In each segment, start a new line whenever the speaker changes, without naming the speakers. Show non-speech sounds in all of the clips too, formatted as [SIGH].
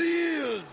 is?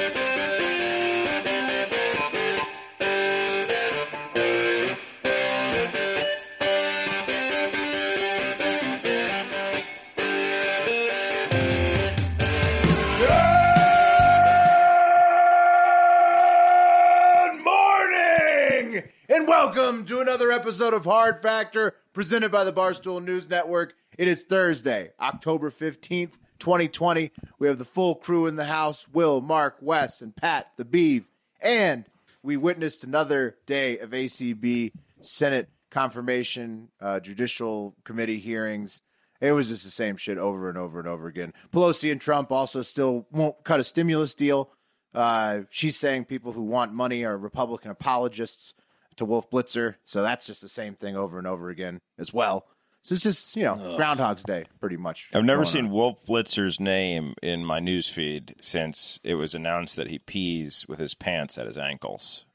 Good morning and welcome to another episode of Hard Factor presented by the Barstool News Network. It is Thursday, October 15th, 2020. We have the full crew in the house Will, Mark, Wes, and Pat, the Beeve. And we witnessed another day of ACB Senate confirmation, uh, judicial committee hearings. It was just the same shit over and over and over again. Pelosi and Trump also still won't cut a stimulus deal. Uh, she's saying people who want money are Republican apologists to Wolf Blitzer. So that's just the same thing over and over again as well. So it's just, you know, Groundhog's Day, pretty much.
I've never
going
seen
on.
Wolf Blitzer's name in my newsfeed since it was announced that he pees with his pants at his ankles.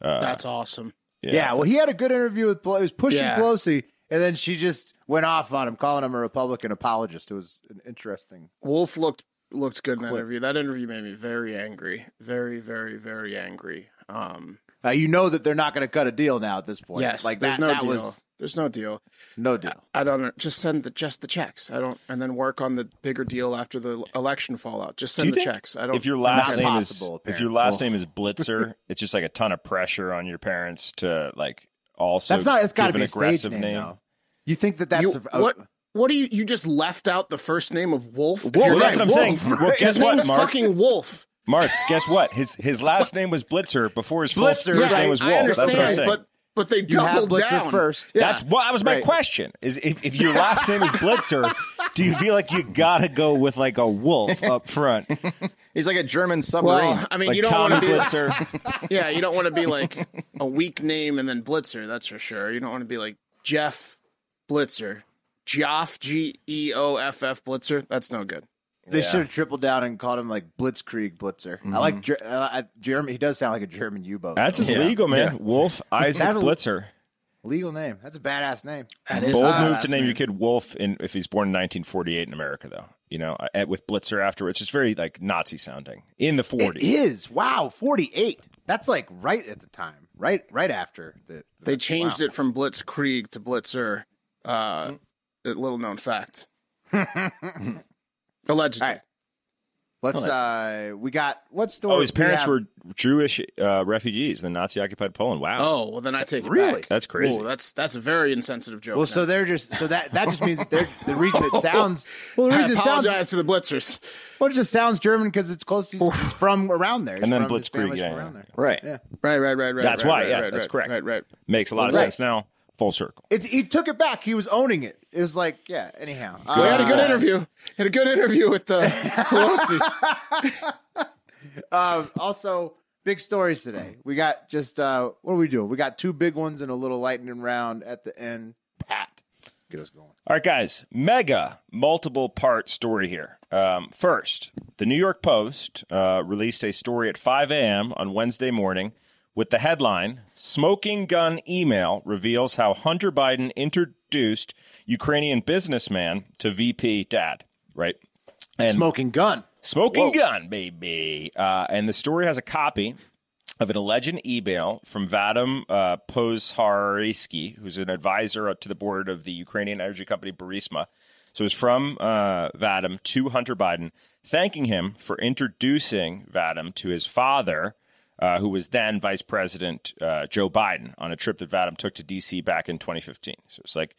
That's awesome.
Yeah. well, he had a good interview with Pelosi. He was pushing
Yeah.
Pelosi, and then she just went off on him, calling him a Republican apologist. It was an interesting.
Wolf looked looked good in that
Clip.
interview. That interview made me very angry. Very, very, very angry. Um
Uh, you know that they're not going to cut a deal now at this point.
yes,
like
there's
that,
no
that
deal.
was
There's no deal.
no deal.
I don't know. Just send the just the checks. I don't and then work on the bigger deal after the election fallout. Just
Do
send
you
the
think
checks. I don't
if your last
not
name
possible,
is if your
apparently.
last name is
[LAUGHS]
Blitzer, it's just like a ton of pressure on your parents to like also.
that's not. It's got to
give an
be a stage
aggressive
name. though. You think that that's
you,
oh
a,
what what do you you just left out the first name of Wolf? If
Wolf,
your
Well, that's what
name-
I'm saying.
Wolf,
Well,
right?
guess
His
what,
name's
Mark?
fucking Wolf.
Mark, guess what? His his last name was Blitzer before his full-
Blitzer,
first
right.
name was
I
Wolf. That's what I'm
understand,
saying.
but but they
you have
doubled
Blitzer
down
first?
Yeah.
That's what that was my
Right.
question. Is if, if your last name is Blitzer, do you feel like you gotta go with like a wolf up
[LAUGHS]
front?
He's like a German submarine.
Well, I mean,
like
you don't
Tommy
want to be
Blitzer.
Yeah, you don't want to be like a weak name and then Blitzer, that's for sure. You don't want to be like Jeff Blitzer. Joff, G E O F F Blitzer. That's no good.
They should have tripled down and called him like Blitzkrieg Blitzer. I like Ger- uh, I- German. He does sound like a German U-boat.
Mm-hmm. That's
though.
his legal man. Wolf Isaac
That'll-
Blitzer.
legal name. That's a badass name.
That
Bold
Ah,
move to
that's
name your kid Wolf, in, if he's born in 1948 in America, though. You know, uh, at, with Blitzer afterwards, it's very like Nazi sounding in the 40s.
It is. Wow, 48. That's like right at the time. Right right after the,
They changed it from Blitzkrieg to Blitzer. Uh, a little known [LAUGHS] fact. Allegedly.
All right. Let's uh we got what's the
Oh, his parents were Jewish uh, refugees in the Nazi occupied Poland. Wow.
Oh, well, then I take it
Really?
back.
That's crazy.
Whoa, that's that's a very insensitive joke.
Well, so
now.
they're just so that that just means that they're the reason
[LAUGHS] Oh.
it sounds well the
I
reason it sounds
apologize to the Blitzers.
well it just sounds German because it's close to he's from around there. He's
And then
from- his
Blitzkrieg,
family's
yeah,
from
yeah,
around there.
right.
Yeah.
Right, right, right, right.
That's
right,
why,
right,
yeah,
right,
that's
right,
correct.
Right, right.
Makes a lot of
Right.
sense now. Full circle.
It's he took it back. He was owning it. It was like, yeah, anyhow.
We had a
Uh,
good interview. Had a good interview with [LAUGHS] uh, Pelosi.
Um, also, big stories today. We got just uh, what are we doing? We got two big ones and a little lightning round at the end. Pat, get us going.
All right, guys, mega multiple part story here. Um, first, the New York Post uh, released a story at 5 a.m. on Wednesday morning with the headline Smoking Gun Email Reveals How Hunter Biden Introduced Ukrainian Businessman to VP Dad, right? And
Smoking gun.
Smoking gun, baby. Uh, and the story has a copy of an alleged email from Vadim uh, Pozharsky, who's an advisor to the board of the Ukrainian energy company Burisma. So it's from uh, Vadim to Hunter Biden, thanking him for introducing Vadim to his father, uh, who was then Vice President uh, Joe Biden, on a trip that Vadim took to D.C. back in 2015. So it's like,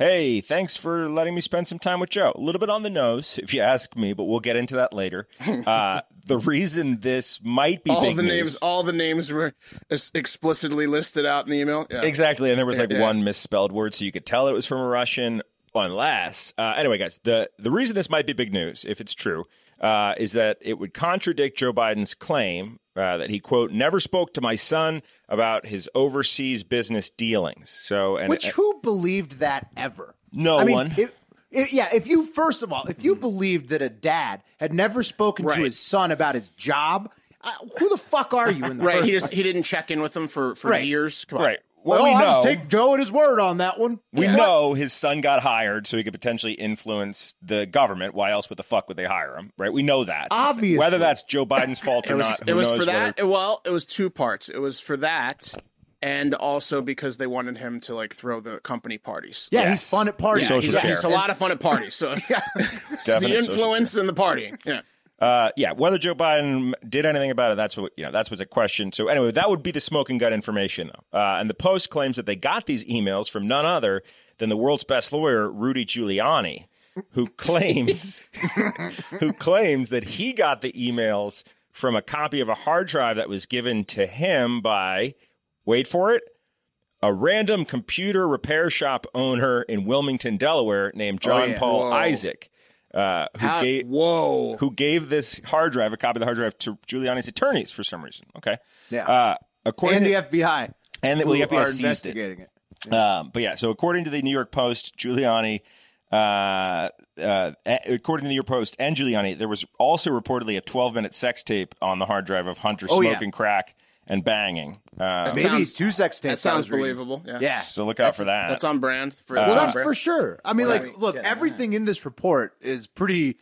Hey, thanks for letting me spend some time with Joe. A little bit on the nose, if you ask me, but we'll get into that later. Uh, [LAUGHS] the reason this might be
all
big
the
news-
names, all the names were es- explicitly listed out in the email. Yeah.
Exactly. And there was like
yeah.
one misspelled word, so you could tell it was from a Russian. Unless, uh, anyway, guys, the, the reason this might be big news, if it's true, uh, is that it would contradict Joe Biden's claim uh, that he, quote, never spoke to my son about his overseas business dealings. So, and uh,
Which who believed that ever?
No
I mean,
one.
If, if- yeah, if you first of all, if you believed that a dad had never spoken
Right.
to his son about his job, uh, who the fuck are you in
[LAUGHS]
the
Right.
first
He just he didn't check in with them for for
Right.
years. Come on.
right.
Well,
What we
I'll just
know,
take Joe at his word on that one.
we know his son got hired so he could potentially influence the government. Why else would the fuck would they hire him? Right? We know that.
Obviously.
Whether that's Joe Biden's fault or
It was
not, who
it was
knows
for
whether-
that. Well, it was two parts. It was for that, and also because they wanted him to like throw the company parties.
Yeah,
Yes.
he's fun at parties.
Yeah,
he's,
social
he's a
share.
lot of fun at
[LAUGHS]
parties. So [LAUGHS] it's the
Definite social
influence and the partying. Yeah.
Uh, yeah, whether Joe Biden did anything about it, that's what you know. That's what's a question. So anyway, that would be the smoking gun information, though. Uh, and the Post claims that they got these emails from none other than the world's best lawyer, Rudy Giuliani,
[LAUGHS]
who claims [LAUGHS] who claims that he got the emails from a copy of a hard drive that was given to him by wait for it a random computer repair shop owner in Wilmington, Delaware, named John
yeah.
Paul
Oh, Whoa.
Isaac. Uh, who
How-
gave,
whoa.
who gave this hard drive, a copy of the hard drive, to Giuliani's attorneys for some reason. Okay.
Yeah.
Uh, according
and the
to,
FBI.
and the, well, the
who
FBI
are
seized it.
investigating it.
Um, but yeah, so according to the New York Post, Giuliani, uh, uh, a- according to the New York Post and Giuliani, there was also reportedly a 12 minute sex tape on the hard drive of Hunter
Oh, yeah.
smoking crack and banging. Uh,
Maybe
sounds-
two sex
That
tapes. I
sounds
was reading.
believable. Yeah.
Yeah.
so look out for that.
That's on brand. For,
Uh,
Well,
it's on
that's
brand.
for sure. I mean, like, look, everything in this report is pretty.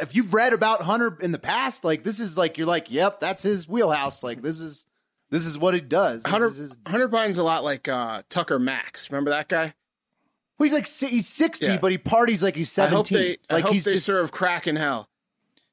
If you've read about Hunter in the past, like this is like you're like, yep, that's his wheelhouse. Like this is this is what he does. This
Hunter,
is his-
Hunter Biden's a lot like uh, Tucker Max. Remember that guy?
Well, he's like si- he's sixty,
Yeah.
but he parties like he's
I hope
seventeen.
they, I
like
hope
he's
they
just,
serve crack in hell.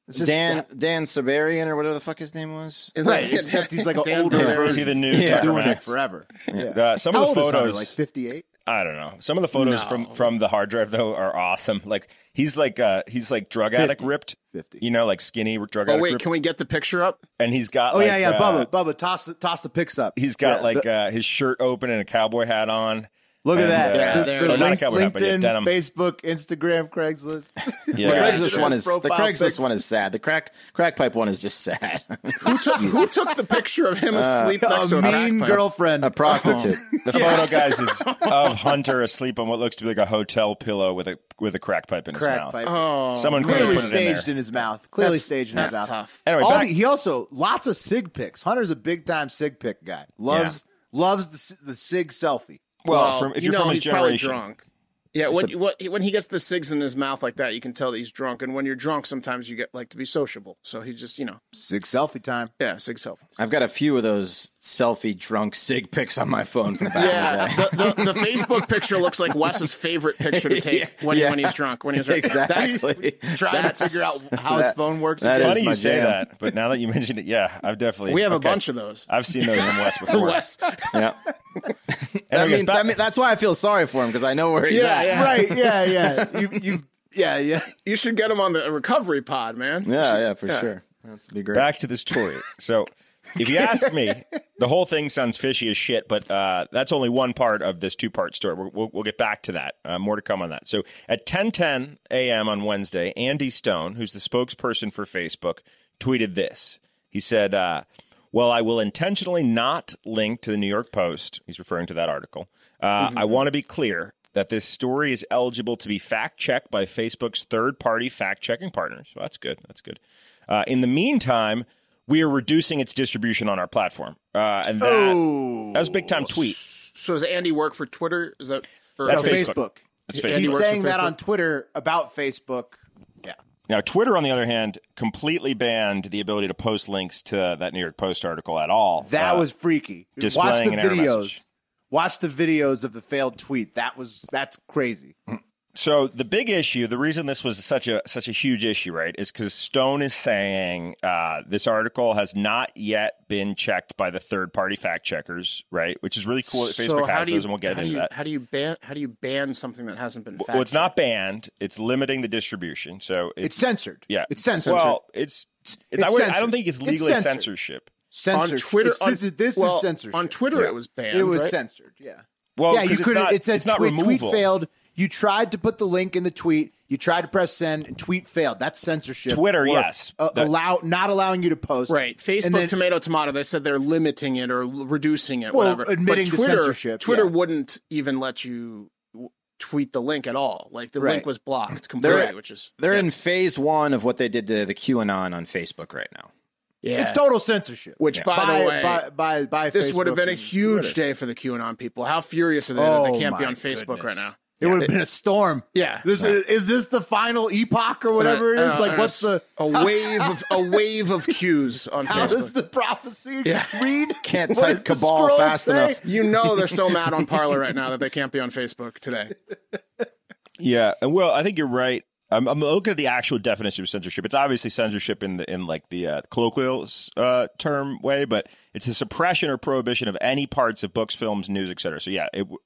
it's just
Dan
that-
Dan Sabarian or whatever the fuck his name was.
right, except he's like an
[LAUGHS] Dan
older
Bilzerian.
Or is
version.
he the new
Yeah,
Tucker
doing it
Max?
forever.
Uh, some
How
of
old
the
is Hunter?
photos,
Like fifty-eight.
I don't know. Some of the photos
No.
from from the hard drive though are awesome. Like he's like uh he's like drug addict ripped,
50.
you know, like skinny drug
Oh
addict
wait,
ripped,
can we get the picture up?
and he's got
Oh
like,
yeah, yeah.
uh,
Bubba, Bubba, toss the- toss the picks up.
He's got
Yeah,
like
the-
uh, his shirt open and a cowboy hat on.
look at
and,
that.
uh,
Yeah,
The-
there
the
it is.
not a
link-
cowboy hat, but yeah,
LinkedIn,
denim.
Facebook, Instagram, Craigslist. [LAUGHS]
Yeah.
The
Craigslist
Craigslist one is the
profile
Craigslist
pics.
one is sad. The crack crack pipe one is
[LAUGHS]
just sad. [LAUGHS]
Who took, who took the picture of him asleep next to
a
a crack
mean
pipe?
girlfriend.
A [LAUGHS] prostitute.
The photo, guys, is of Hunter asleep on what looks to be like a hotel pillow with a with a crack pipe in his
Crack
mouth.
pipe.
Oh,
Someone clearly
clearly
put it in there.
staged in, his mouth. Clearly
That's-
staged in
that's
his mouth.
tough.
Anyway,
All
back-
the- he also lots of sig pics. Hunter's a big time sig pic guy. Loves loves the s- the sig selfie.
well, from, if
you
you're
know
from his
he's probably
generation,
drunk. Yeah, when, what, when he gets the cigs in his mouth like that, you can tell that he's drunk. And when you're drunk, sometimes you get like to be sociable. So he just, you know,
Sig selfie time.
yeah, sig self.
I've got a few of those selfie drunk sig pics on my phone from back in the
Yeah,
day.
the, the, the Facebook picture looks like Wes's favorite picture to take when,
yeah.
when he's drunk. When he's drunk.
Exactly.
That's,
Trying
that's,
to figure out how his
that-
phone works.
that
It's
is
funny
my
you say
jam.
that, but now that you mentioned it, yeah, I've definitely
We have
okay.
a bunch of those.
I've seen those in West before.
Wes.
Yeah.
Anyway,
That
guys,
means,
back-
that mean, that's why I feel sorry for him because I know where he's
Yeah,
at.
yeah.
Right? Yeah, yeah. You you yeah yeah.
You should get him on the uh, recovery pod, man.
[LAUGHS] Yeah, yeah, for sure. That's be great.
back to the story. So, if you ask me, the whole thing sounds fishy as shit, but uh, that's only one part of this two part story. We'll, we'll, we'll get back to that. Uh, more to come on that. So, at 10:10 a.m. on Wednesday, Andy Stone, who's the spokesperson for Facebook, tweeted this. He said, uh, "Well, I will intentionally not link to the New York Post." He's referring to that article. Uh,
Mm-hmm.
I want to be clear. That this story is eligible to be fact checked by Facebook's third party fact checking partners. So that's good. That's good. Uh, in the meantime, we are reducing its distribution on our platform. Uh, and that,
Oh.
that was a big time tweet.
So does Andy work for Twitter? Is that or
That's
No,
Facebook.
Facebook.
That's
Andy
Facebook.
He's
works for
saying that
Facebook?
on Twitter about Facebook. Yeah.
Now, Twitter, on the other hand, completely banned the ability to post links to that New York Post article at all.
That
Uh,
was freaky. Watch the
displaying an error
videos.
message.
Watch the videos of the failed tweet. That was that's crazy.
So the big issue, the reason this was such a such a huge issue, right, is because Stone is saying uh, this article has not yet been checked by the third party fact checkers, right? Which is really cool that Facebook
how
has
do you,
those, and we'll get
how
into
do you,
that.
How do you ban? How do you ban something that hasn't been?
well, it's not banned; it's limiting the distribution. So it's,
It's censored.
yeah,
It's censored.
Well, it's, it's,
It's
I, would- I
censored.
don't think it's
It's
legally
censored.
censorship.
censored.
on Twitter.
It's-
on,
this is, this
well,
is censorship.
On Twitter, it was banned.
It was
right?
censored. Yeah.
Well,
yeah,
'cause
you
it's
couldn't.
not-
it said
it's not
tweet, tweet
removable.
failed. You tried to put the link in the tweet. You tried to press send, and tweet failed. That's censorship.
Twitter,
Or,
yes.
uh,
That-
allow not allowing you to post.
Right. Facebook,
And then-
tomato, tomato. They said they're limiting it or l- reducing it,
Well,
whatever. But
admitting to
Twitter,
censorship,
Twitter
yeah.
wouldn't even let you w- tweet the link at all. Like the
Right.
link was blocked completely, which is
They're in phase one of what they did to the QAnon on Facebook right now.
yeah.
It's total censorship.
Which, by, the way,
by, by, by
this would have
Facebook
been a
and
huge
Twitter.
day for the QAnon people. How furious are they that
Oh
they can't be
my
on Facebook right now?
It would have been a storm.
Yeah.
This is, is this the final epoch or whatever it is.
Uh,
like,
uh,
what's the
a wave of a wave of cues
[LAUGHS]
on
how does
Facebook?
the prophecy
uh, Yeah.
read?
Can't
What
type
does the
cabal
scroll
fast
say?
enough.
You know they're so mad on Parlor right now that they can't be on Facebook today.
Yeah, and well, I think you're right. I'm, I'm looking at the actual definition of censorship. It's obviously censorship in the in like the uh, colloquial uh, term way, but it's a suppression or prohibition of any parts of books, films, news, etc. So yeah, it, w-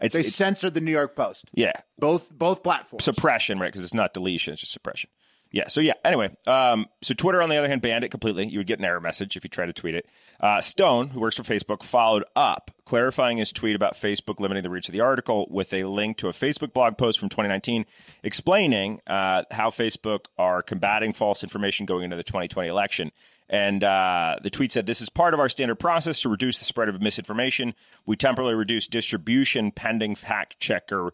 it's,
They
it's
censored the New York Post.
yeah
Both both platforms.
suppression, right? Because it's not deletion; it's just suppression. Yeah. So yeah. Anyway, um, so Twitter, on the other hand, banned it completely. You would get an error message if you tried to tweet it. Uh, Stone, who works for Facebook, followed up, clarifying his tweet about Facebook limiting the reach of the article with a link to a Facebook blog post from 2019 explaining uh, how Facebook are combating false information going into the 2020 election. And uh, the tweet said, This is part of our standard process to reduce the spread of misinformation. We temporarily reduce distribution pending fact checker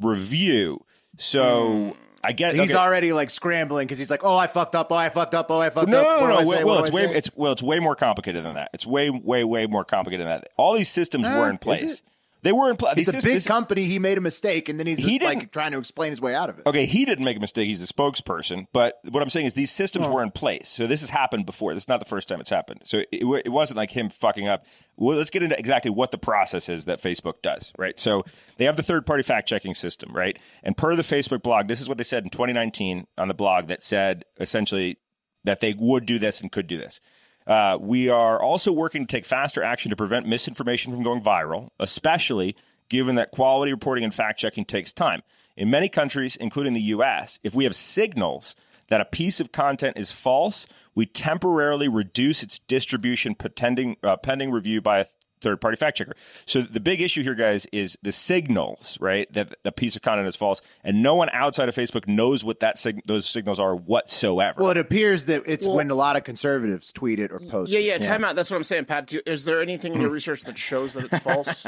review. So I get
Hmm. He's
okay.
already like scrambling because he's like, "Oh, I fucked up. Oh, I fucked up. Oh, I fucked
no,
up."
no,
What
no,
do I
no.
say?
Well,
What
well,
do
it's
I
way,
say?"
it's well, it's way more complicated than that. It's way, way, way more complicated than that. All these systems were in place. They were in place.
It's a big company. He made a mistake, and then he's
He
like
didn't-
trying to explain his way out of it.
Okay, he didn't make a mistake. He's a spokesperson. But what I'm saying is these systems were in place. So this has happened before. This is not the first time it's happened. So it, wa- it wasn't like him fucking up. Well, let's get into exactly what the process is that Facebook does, right? So they have the third party fact checking system, right? And per the Facebook blog, this is what they said in 2019 on the blog that said essentially that they would do this and could do this. Uh, we are also working to take faster action to prevent misinformation from going viral, especially given that quality reporting and fact checking takes time. In many countries, including the US, if we have signals that a piece of content is false, we temporarily reduce its distribution pending, uh, pending review by a third party fact checker. So the big issue here, guys, is the signals, right? That a piece of content is false, and no one outside of Facebook knows what that sig- those signals are whatsoever.
Well, it appears that it's when a lot of conservatives tweet it or post.
Yeah,
it.
yeah, Hmm. time out. That's what I'm saying, Pat. Do, is there anything in your research that shows that it's [LAUGHS] false?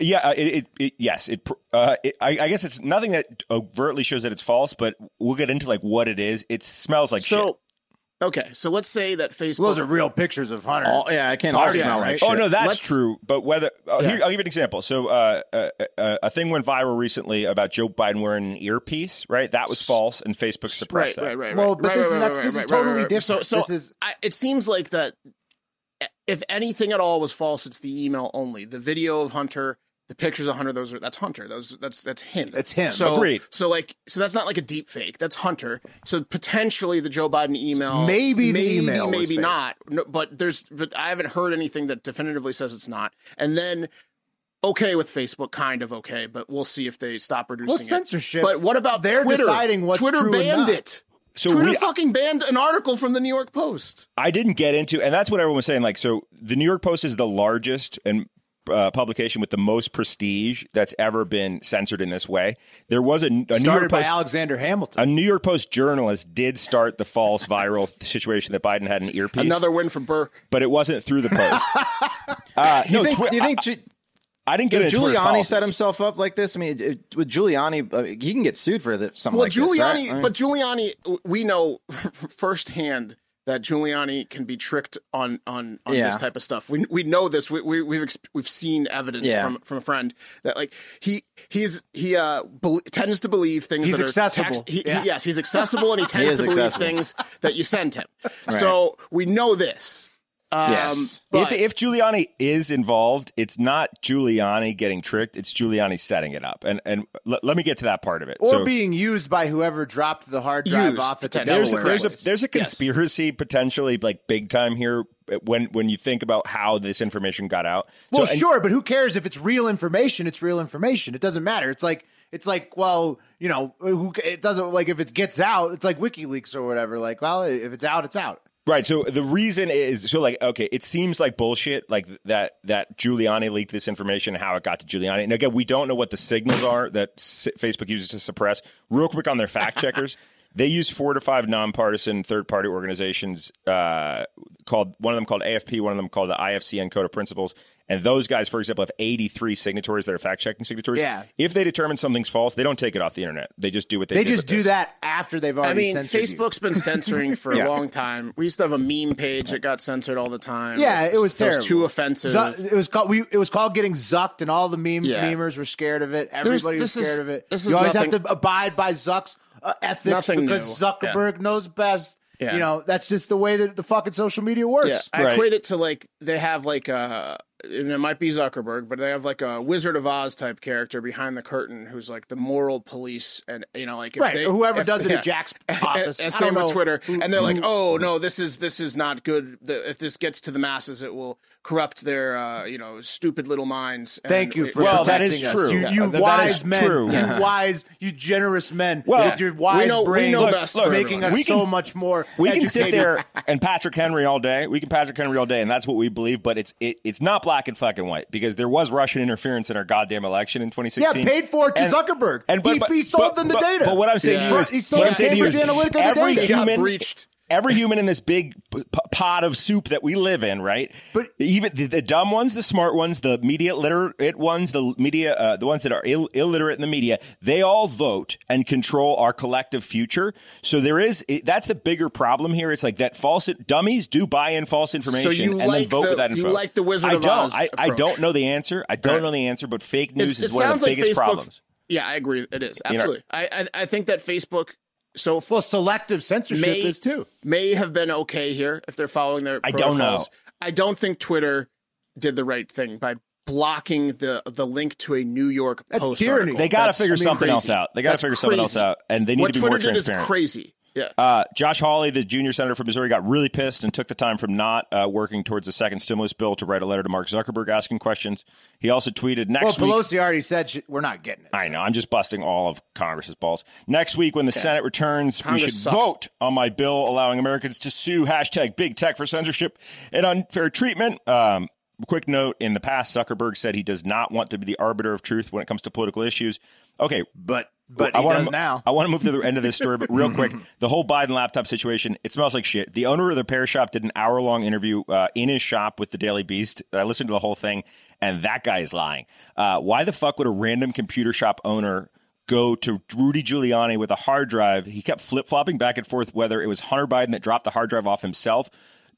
Yeah, uh, it, it, it yes, it, pr- uh, it I, I guess it's nothing that overtly shows that it's false, but we'll get into like what it is. It smells like shit.
so, okay, so let's say that Facebook.
Those are real pictures of Hunter.
All, yeah, I can't all
yeah,
smell like
right?
shit.
Oh no, that's
Let's-
true. But whether oh, here, I'll give you an example. So uh, uh, uh, a thing went viral recently about Joe Biden wearing an earpiece, right? That was false, and Facebook
right,
suppressed that.
right, right.
Well,
right,
but
right,
this
right,
is-
right,
that's-
right,
this is
right, right,
totally
right, right.
different.
So, so
This is-
I, it seems like that. If anything at all was false, it's the email only. The video of Hunter, the pictures of Hunter. Those are that's Hunter. Those that's that's him.
That's him.
So
Agreed.
So like so that's not like a deep fake. That's Hunter. So potentially the Joe Biden email.
Maybe the
maybe
email was
maybe
fake.
not. No, but there's but I haven't heard anything that definitively says it's not. And then okay with Facebook, kind of okay, but we'll see if they stop reducing
What's
it.
censorship?
But what about
They're
Twitter?
deciding what's
Twitter
true and
banned
not.
it.
So
Twitter
we-
fucking banned an article from the New York Post.
I didn't get into, and that's what everyone was saying. Like, so the New York Post is the largest and uh, publication with the most prestige that's ever been censored in this way. There was a, a New York
started by
Post.
Alexander Hamilton.
a New York Post journalist did start the false viral [LAUGHS] situation that Biden had an earpiece,
Another win for Burr.
but it wasn't through the
[LAUGHS]
Post. uh,
Do
no,
you think,
Twi-
do you think Ju-
I, I didn't get into Twitter's
Giuliani set
policies.
himself up like this? I mean, it, it, with Giuliani, uh, he can get sued for the, something
Well,
like this.
Giuliani,
right? I mean,
but Giuliani, w- we know [LAUGHS] firsthand that Giuliani can be tricked on on, on
Yeah.
this type of stuff. We we know this. We, we we've ex- we've seen evidence
Yeah.
from from a friend that like he he's he uh bel tends to believe things.
He's
that are
accessible.
he, he-
Yeah.
yes,
[LAUGHS]
he's accessible, and he tends
is
to believe
[LAUGHS] accessible.
things that you send him. So we know this. Um,
Yes.
But
if, if Giuliani is involved, it's not Giuliani getting tricked; it's Giuliani setting it up. And and let, let me get to that part of it.
Or
so,
being used by whoever dropped the hard drive
Used,
off at the
potentially.
there's a,
Delaware.
there's
Correct.
a there's a
Yes.
conspiracy potentially like big time here when when you think about how this information got out.
Well,
so, and-
sure, but who cares if it's real information? It's real information. It doesn't matter. It's like it's like well, you know, who ca- it doesn't like if it gets out, it's like WikiLeaks or whatever. Like, well, if it's out, it's out.
Right. So the reason is so like okay, it seems like bullshit like that that Giuliani leaked this information and how it got to Giuliani. And again, we don't know what the signals are that s- Facebook uses to suppress. Real quick on their fact checkers, [LAUGHS] they use four to five nonpartisan third party organizations uh, called one of them called AFP, one of them called the IFCN Code of Principles. And those guys, for example, have 83 signatories that are fact checking signatories.
Yeah.
If they determine something's false, they don't take it off the internet. They just do what they
They
did
just
with
do
this.
that after they've
I
already.
mean,
censored you.
Facebook's been
[LAUGHS]
censoring for a long time. We used to have a meme page that got censored all the time.
Yeah, it was terrible.
It was too offensive.
Zu- it was called. We, it was called getting zucked, and all the meme
Yeah.
memers were scared of it. Everybody was
this is-
scared of it.
this is
you always have
nothing-
to abide by Zuck's uh, ethics
Nothing
because
new.
Zuckerberg knows best.
Yeah.
You know, that's just the way that the fucking social media works.
yeah, I
Right.
equate it to like they have like a, and it might be Zuckerberg, but they have like a Wizard of Oz type character behind the curtain who's like the moral police, and you know, like if
Right,
they,
or whoever
if-
does it at
yeah.
Jack's
[LAUGHS] And,
office. I
and
don't
same with
know
Twitter,
who-
and they're like, "Oh no, this is this is not good. The, if this gets to the masses, it will corrupt their uh, you know stupid little minds." And
Thank you
it-
for
Well, that
protecting
is
us.
true.
You,
Yeah.
you
That- that is
wise men,
true.
[LAUGHS]
you wise, you generous men
Well,
with your
we
wise
know- we
brains,
know best for
making
everyone.
us
We
so
can-
much more.
we can sit
educated.
there and Patrick Henry all day. We can Patrick Henry all day, and that's what we believe. But it's it, it's not black and fucking white because there was Russian interference in our goddamn election in
Yeah,
2016.
paid for to
And-
Zuckerberg.
and but,
he,
but,
he sold
but-
them the
but-
data.
But what I'm saying
Yeah.
to you is,
He
what
sold
I'm saying to you
Cambridge
is
Analytica the
every
data.
Got
human
breached.
Every human in this big p- p- pot of soup that we live in, right?
But-
even the, the dumb ones, the smart ones, the media literate ones, the media, uh, the ones that are Ill- illiterate in the media, they all vote and control our collective future. So there is it, that's the bigger problem here. It's like that false dummies do buy in false information
you
and
like
then vote
the-
with that
you
info.
like the Wizard
I
of
don't.
Oz
I, I
approach.
don't know the answer. I don't
Right.
know the answer. But fake news
It's-
is one of the biggest problems.
Yeah, I agree. It is
You know-
absolutely. I, I I think that Facebook so
well, selective censorship
may
is too.
may have been okay here if they're following their.
I don't know.
protocols. I don't think Twitter did the right thing by blocking the the link to a New York
That's
Post
tyranny.
article.
They got to
That's,
figure
I mean,
something
crazy.
else out. They got to
That's
figure something else
crazy.
out, and they need
what
to be
Twitter
more
did is
transparent.
crazy. Yeah,
Uh, Josh Hawley, the junior senator from Missouri, got really pissed and took the time from not uh, working towards the second stimulus bill to write a letter to Mark Zuckerberg asking questions. He also tweeted
Well,
next week.
Pelosi already said she, we're not getting it.
I know. I'm just busting all of Congress's balls. Next week, when the Senate returns, we should
Congress sucks.
vote on my bill allowing Americans to sue hashtag big tech for censorship and unfair treatment. Um, quick note in the past, Zuckerberg said he does not want to be the arbiter of truth when it comes to political issues. Okay.
But but
I
he
wanna
does
mo-
now.
I want to move to the end of this story, but real quick, the whole Biden laptop situation, it smells like shit. The owner of the repair shop did an hour long interview uh, in his shop with the Daily Beast. I listened to the whole thing, and that guy is lying. Uh, why the fuck would a random computer shop owner go to Rudy Giuliani with a hard drive? He kept flip flopping back and forth whether it was Hunter Biden that dropped the hard drive off himself.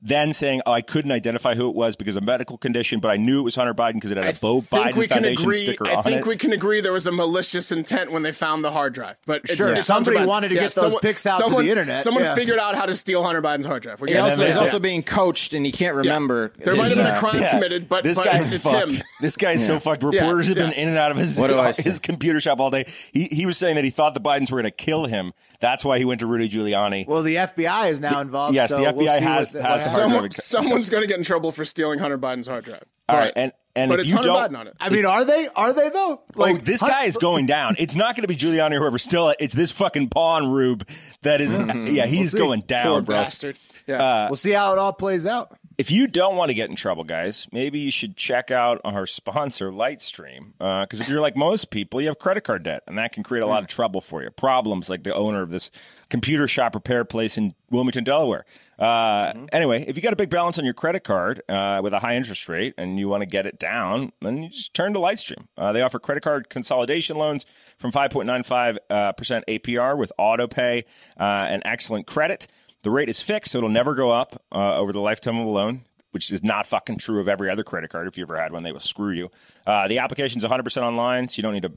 Then saying, "Oh, I couldn't identify who it was because of medical condition, but I knew it was Hunter Biden because it had a Bo Biden Foundation
agree.
sticker
I
on
think
it."
we can agree there was a malicious intent when they found the hard drive. But it's-
Sure,
it's
somebody
Hunter Biden.
wanted to get those pics out to the
someone,
internet.
Someone
Yeah.
figured out how to steal Hunter Biden's hard drive. We're
He
getting
also,
there.
he's
Yeah.
also being coached, and he can't remember.
There might have been a
his, uh,
crime committed, but,
this
but
guy's
it's, it's
fucked.
him.
This guy's so fucked. Reporters have been in and out of his
What do
[LAUGHS]
I
his
say?
computer shop all day. He he was saying that he thought the Bidens were going to kill him. That's why he went to Rudy Giuliani.
Well, the FBI is now involved.
yes,
so
the
we'll
FBI
see what
has-
the- what [LAUGHS]
has the
happens.
hard drive.
Someone, someone's going to get in trouble for stealing Hunter Biden's hard drive.
all right, and and
but
if
it's
you
Hunter
don't,
Biden on it.
I mean, are they? Are they though?
Like this guy is going down. It's not going to be Giuliani or whoever still. it. It's this fucking pawn rube that is-
Mm-hmm.
Yeah, he's going down,
Poor
bro.
bastard. Yeah.
We'll see how it all plays out.
If you don't want to get in trouble, guys, maybe you should check out our sponsor, Lightstream. Because if you're like most people, you have credit card debt, and that can create a lot of trouble for you. Problems like the owner of this computer shop repair place in Wilmington, Delaware. Uh, Anyway, if you got a big balance on your credit card uh, with a high interest rate and you want to get it down, then you just turn to Lightstream. Uh, they offer credit card consolidation loans from 5.95% uh, percent APR with auto pay uh, and excellent credit. The rate is fixed, so it'll never go up uh, over the lifetime of the loan, which is not fucking true of every other credit card. If you ever had one, they will screw you. Uh, the application's 100% online, so you don't need to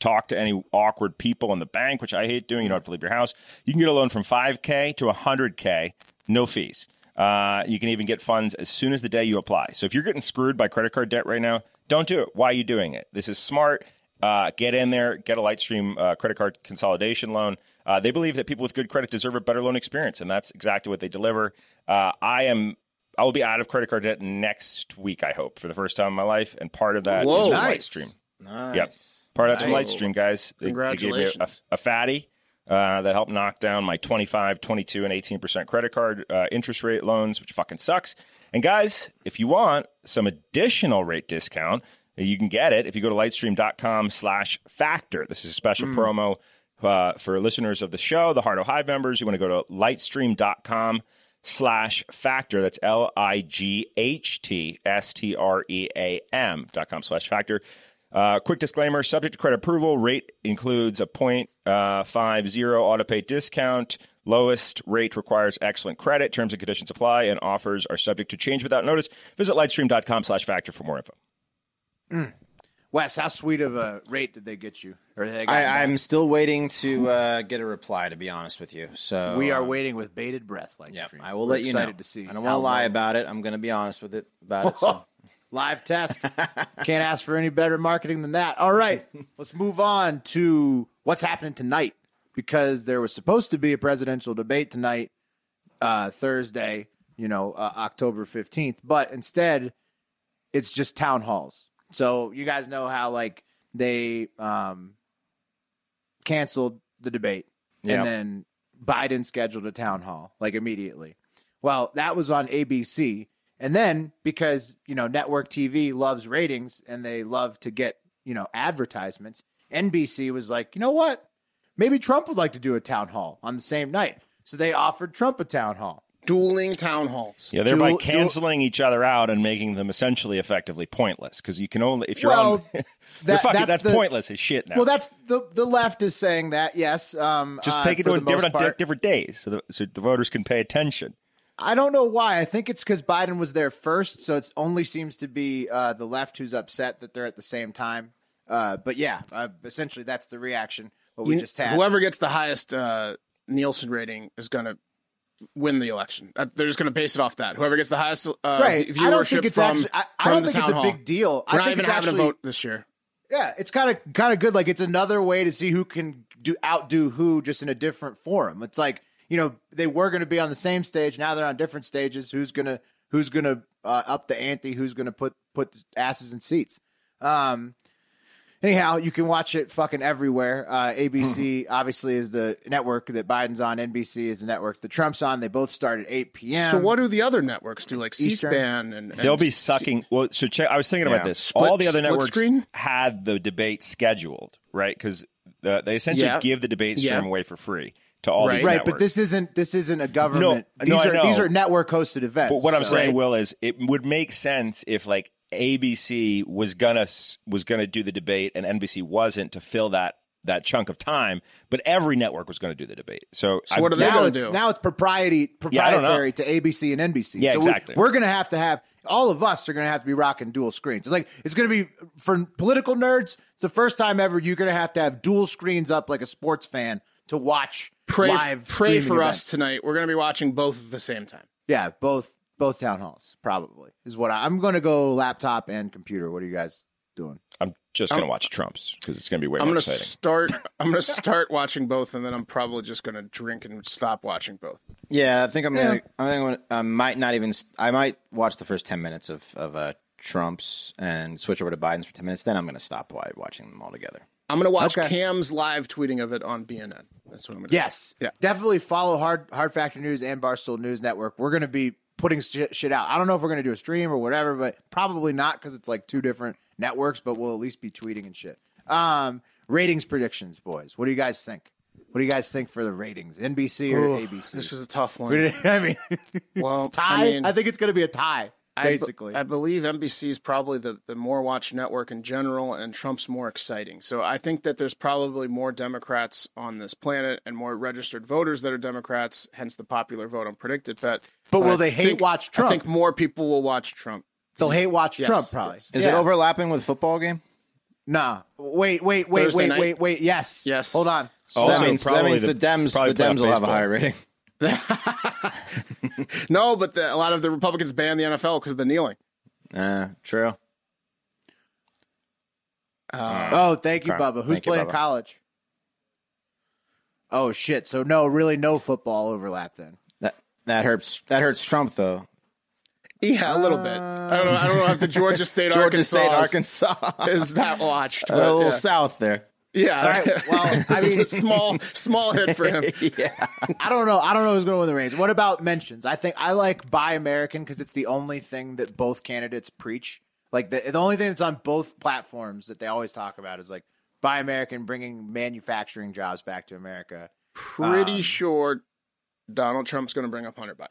talk to any awkward people in the bank, which I hate doing. You don't have to leave your house. You can get a loan from 5K to 100K, no fees. Uh, you can even get funds as soon as the day you apply. So if you're getting screwed by credit card debt right now, don't do it. Why are you doing it? This is smart. Uh, get in there, get a Lightstream uh, credit card consolidation loan. Uh, they believe that people with good credit deserve a better loan experience, and that's exactly what they deliver. Uh, I am, I will be out of credit card debt next week. I hope for the first time in my life, and part of that is
Whoa.
from
Nice.
Lightstream.
Nice.
Yep. Part of that's
Nice.
from Lightstream, guys. They, they gave me a,
Congratulations.
a fatty uh, that helped knock down my 25, 22, and 18% credit card uh, interest rate loans, which fucking sucks. And guys, if you want some additional rate discount, you can get it if you go to lightstream.com slash factor. This is a special
Hmm.
promo uh, for listeners of the show, the Heart of Hive members. You want to go to lightstream.com slash factor. That's L I G H T S T R E A M dot com slash factor. Uh, quick disclaimer: subject to credit approval. Rate includes a point uh, five zero auto pay discount. Lowest rate requires excellent credit. Terms and conditions apply, and offers are subject to change without notice. Visit lightstream.com/factor for more info.
Wes, how sweet of a rate did they get you? Or they got
I, I'm still waiting to uh, get a reply, to be honest with you. So
we are
uh,
waiting with bated breath. Like,
Yeah,
stream.
I will
We're
let you know.
excited to see.
I don't want
how
to lie
low-
about it. I'm going to be honest with it about it. So.
[LAUGHS] Live
[LAUGHS]
test. Can't ask for any better marketing than that. All right, let's move on to what's happening tonight because there was supposed to be a presidential debate tonight, uh, Thursday, you know, uh, October 15th, but instead it's just town halls. So you guys know how, like, they um, canceled the debate
Yeah.
and then Biden scheduled a town hall, like, immediately. Well, that was on ABC. And then because, you know, network TV loves ratings and they love to get, you know, advertisements, NBC was like, you know what? Maybe Trump would like to do a town hall on the same night. So they offered Trump a town hall.
Dueling town halls.
Yeah, thereby
Do- do-
canceling each other out and making them essentially effectively pointless. Because you can only if you're on, [LAUGHS]
Well,
you're
that-
fucking, that's,
that's the-
pointless as shit now.
Well, that's the the left is saying that. Yes, um,
just
uh,
take it
for
to a
the most
different on di-
part.
different days, so the, so the voters can pay attention.
I don't know why. I think it's because Biden was there first, so it only seems to be uh, the left who's upset that they're at the same time. Uh, but yeah, uh, essentially that's the reaction. What we
You-
just had.
Whoever gets the highest uh, Nielsen rating is going to win the election. Uh, They're just going to base it off that. Whoever gets the highest uh,
right.
viewership
I don't think it's
from,
actually. I, I
from
don't
the
think it's
town
a
hall.
big deal.
We're
I
not
think
even
it's
having
actually.
a vote this year.
Yeah, it's kind of kind of good. Like it's another way to see who can do outdo who, just in a different forum. It's like you know they were going to be on the same stage. Now they're on different stages. Who's gonna who's gonna uh, up the ante? Who's gonna put put asses in seats? Um, anyhow, you can watch it fucking everywhere. Uh,
[LAUGHS]
ABC obviously is the network that Biden's on. NBC is the network that Trump's on. They both start at eight p.m.
So what do the other networks do? Like
Eastern.
C-SPAN and, and
They'll be
C-
sucking. Well, so check. I was thinking about
Yeah.
this.
Split-
All the other
split
networks
screen?
had the debate scheduled, right? Because uh, they essentially
Yeah.
give the debate stream
Yeah.
away for free to all
Right.
these
Right,
networks.
but this isn't this isn't a government.
No,
these
no, I
are these
know.
are network hosted events.
But what I'm
so-
saying, Will, is it would make sense if like ABC was gonna s- was gonna do the debate and NBC wasn't to fill that that chunk of time. But every network was gonna do the debate. So, I-
what are they-
yeah,
now
gonna
it's
do?
now it's propriety
Yeah, I don't know.
proprietary to ABC and NBC.
Yeah,
so
exactly.
We, are gonna have to have all of us are gonna have to be rocking dual screens. It's like it's gonna be for political nerds. It's the first time ever you're gonna have to have dual screens up like a sports fan to watch
Pray,
live.
pray
streaming
for us
events.
tonight. We're going to be watching both at the same time.
Yeah, both both town halls probably is what I, I'm gonna go laptop and computer. What are you guys doing?
I'm just gonna watch Trump's because it's gonna be way
I'm
more
gonna
[LAUGHS]
exciting.
start. I'm gonna start watching both, and then I'm probably just gonna drink and stop watching both.
Yeah, I think I'm gonna. I think I'm gonna, I might not even. s- I might watch the first ten minutes of of uh, Trump's and switch over to Biden's for ten minutes. Then I'm gonna stop wa- watching them all together.
I'm gonna watch
Okay.
Cam's live tweeting of it on BNN. That's what I'm gonna.
Yes.
do. Yeah.
Definitely follow Hard Hard Factor News and Barstool News Network. We're going to be putting shit, shit out. I don't know if we're going to do a stream or whatever, but probably not because it's like two different networks. But we'll at least be tweeting and shit. Um, ratings predictions, boys. What do you guys think? What do you guys think for the ratings? NBC or ABC?
This is a tough one.
[LAUGHS] I mean,
Well,
tie. I,
I mean,
think it's going to be a tie.
I be-
Basically,
I, believe NBC is probably the, the more watched network in general, and Trump's more exciting. So I think that there's probably more Democrats on this planet and more registered voters that are Democrats, hence the popular vote on Predicted Bet.
But will
I
they hate
think-
watch Trump?
I think more people will watch Trump.
they'll hate watch Trump. Probably
Is it
Yeah.
overlapping with football game?
Nah. Wait, wait, wait,
Thursday
wait,
night?
wait, wait. Yes,
Yes.
Hold on.
Oh, So that
Also,
means that
probably
means
the-
the Dems
probably
the Dems
playoff
will have a
baseball.
higher rating.
No, but the, a lot of the Republicans banned the NFL because of the kneeling.
Uh, true.
Oh, thank you,
Okay.
Bubba. Who's
Thank you,
playing
Bubba.
college? Oh shit! So no, really, no football overlap then.
That that hurts. That hurts Trump though.
Yeah, a little bit. I don't know. I don't know if the
[LAUGHS]
Georgia State
Georgia
Arkansas
State, Arkansas,
is that watched.
Uh,
a
but
little
yeah.
south there.
Yeah. [LAUGHS]
well, I mean- Uh.
small, small hit for
[LAUGHS]
him.
I don't know. I don't know who's going to win the race. What about mentions? I think I like Buy American because it's the only thing that both candidates preach. Like the, the only thing that's on both platforms that they always talk about is like Buy American, bringing manufacturing jobs back to America.
Pretty sure Donald Trump's going to bring up Hunter Biden.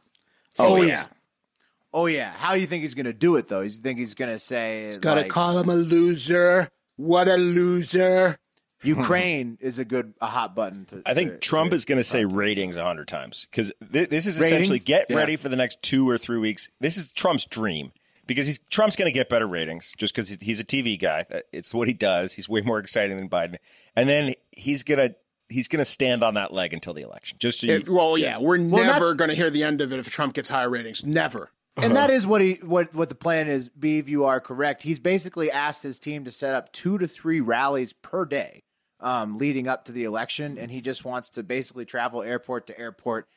Oh,
yeah.
yeah.
Oh yeah, how do you think he's going to do it though? You think he's going to say
Gotta
like,
call him a loser. What a loser.
Ukraine is a good a hot button? To,
I think
to-
Trump
to-
is going to say ratings a hundred times because this is
Ratings?
essentially get
Yeah.
ready for the next two or three weeks. This is Trump's dream because he's Trump's going to get better ratings just because he's a TV guy. Uh, It's what he does. He's way more exciting than Biden, and then he's gonna he's gonna stand on that leg until the election. Just so you,
If, well, yeah, we're never
that's-
going to hear the end of it if Trump gets high ratings. Never.
and
Uh-huh.
that is what he what what the plan is. Beeve, you are correct. He's basically asked his team to set up two to three rallies per day, um, leading up to the election, and he just wants to basically travel airport to airport,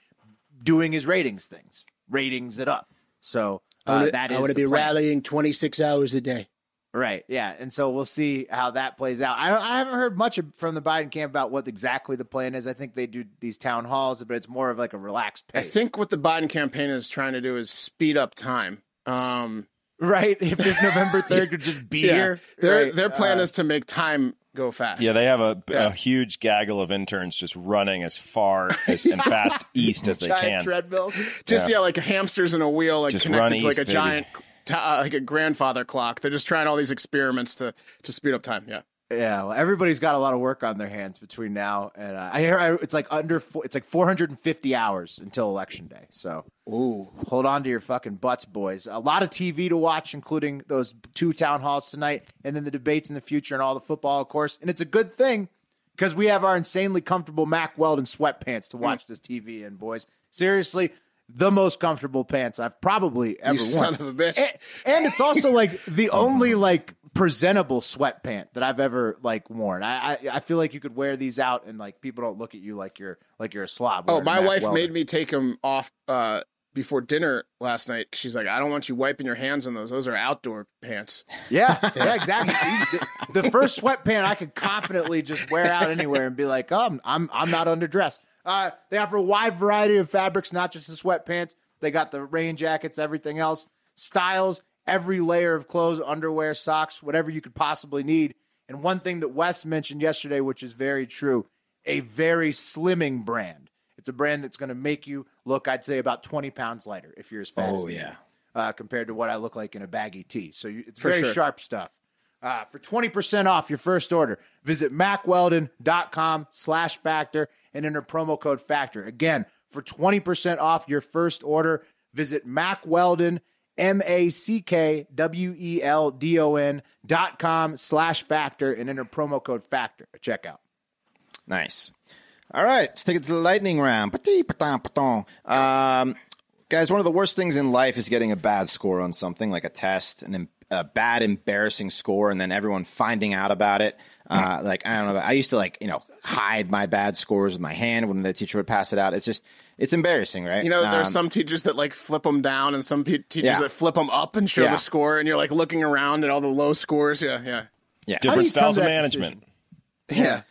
doing his ratings things, ratings it up. So uh, that is the plan.
26 hours a day.
Right. Yeah. And so we'll see how that plays out. I, don't, I haven't heard much of- from the Biden camp about what exactly the plan is. I think they do these town halls, but it's more of like a relaxed
I
pace.
think what the Biden campaign is trying to do is speed up time. Um,
[LAUGHS] Right. If, if November 3rd could just be here.
Their,
Right. Uh,
their plan is to make time go fast.
yeah, they have a,
Yeah.
a huge gaggle of interns just running as
[LAUGHS]
far as and fast east as they can.
treadmill. Just yeah. like hamsters in a wheel, like
Just run
connected to like
east,
a
baby.
giant, t- uh, like a grandfather clock. They're just trying all these experiments to to speed up time. Yeah,
Yeah, well, everybody's got a lot of work on their hands between now and uh, I hear I, it's like under four, it's like 450 hours until election day. So, ooh, hold on to your fucking butts, boys. A lot of TV to watch, including those two town halls tonight, and then the debates in the future, and all the football, of course. And it's a good thing because we have our insanely comfortable Mac Weldon sweatpants to
Mm.
watch this TV in, boys. Seriously. The most comfortable pants I've probably ever
you
worn
son of a bitch.
and, and it's also like
[LAUGHS]
the
Oh,
only like presentable sweatpant that I've ever like worn. I, I I feel like you could wear these out and like people don't look at you like you're like you're a slob.
oh, my wife made me take them off uh, before dinner last night. She's like, I don't want you wiping your hands on those. Those are outdoor pants.
Yeah, yeah, exactly. the, the first sweatpant I could confidently just wear out anywhere and be like, um, I'm I'm not underdressed. Uh, they offer a wide variety of fabrics, not just the sweatpants. They got the rain jackets, everything else, styles, every layer of clothes, underwear, socks, whatever you could possibly need. And one thing that Wes mentioned yesterday, which is very true, a very slimming brand. It's a brand that's going to make you look, I'd say, about twenty pounds lighter if you're as fat.
Oh,
Oh,
as me uh, compared to what I look like in a baggy tee. So you, it's very
sure.
sharp stuff. Uh, for 20% off your first order, visit macweldon.com slash factor and enter promo code factor. Again, for 20% off your first order, visit macweldon, E M-A-C-K-W-E-L-D-O-N dot com slash factor and enter promo code factor at checkout.
Nice. All right, let's take it to the lightning round. Patee, patong, patong. Um, guys, one of the worst things in life is getting a bad score on something, like a test, an em- a bad, embarrassing score, and then everyone finding out about it. Uh, like I don't know, I used to like you know hide my bad scores with my hand when the teacher would pass it out. It's just it's embarrassing, right?
You know, there's
Um,
some teachers that like flip them down, and some pe- teachers
Yeah.
that flip them up and show
Yeah.
the score. And you're like looking around at all the low scores. Yeah, yeah,
yeah.
How do
Different
you come
styles
to
of
that
management.
yeah.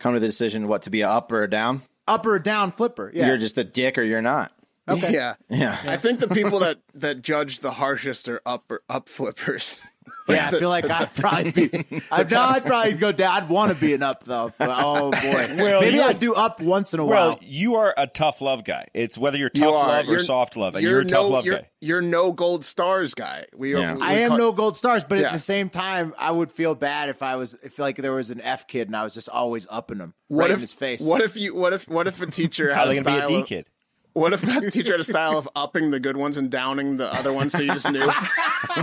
come to the decision what to be a up or a down.
Up or down flipper. Yeah.
You're just a dick or you're not.
Yeah.
Yeah.
I think the people that that judge the harshest are up up flippers.
Yeah, I feel like I'd [LAUGHS] probably be. I'd, no, I'd [LAUGHS] probably go down. I'd want to be an up though. But, oh [LAUGHS] boy,
Well,
maybe
you-
I'd do up once in a
Well,
while.
you are a tough love guy. It's whether you're tough
You are.
love or
You're-
soft love, and you're, a tough
no,
love
you're,
guy.
You're no gold stars guy. We,
Yeah.
we
I am
call-
no gold stars, but
Yeah.
at the same time, I would feel bad if I was if like there was an F kid and I was just always upping him
What
right
if
in his face.
What if you? What if? What if a
[LAUGHS]
teacher
How
had
are
a
they going to
style?
be a D
of-
kid?
What if a teacher
[LAUGHS]
had a style of upping the good ones and downing the other ones? So you just knew.
[LAUGHS]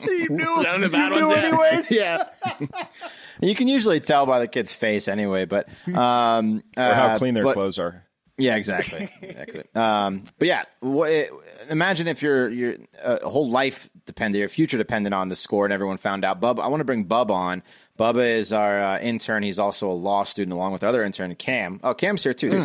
you knew,
Down the bad
you knew
ones, yeah.
anyways?
[LAUGHS] yeah.
[LAUGHS]
You can usually tell by the kid's face anyway, but um,
Or how
uh,
clean their
but-
clothes are.
Yeah,
[LAUGHS]
exactly. exactly. Um, but yeah, wha- it, imagine if your your uh, whole life depended, your future depended on the score, and everyone found out. Bub, I want to bring Bub on. Bubba is our uh, intern. He's also a law student, along with other intern Cam. Oh, Cam's here too.
Hmm.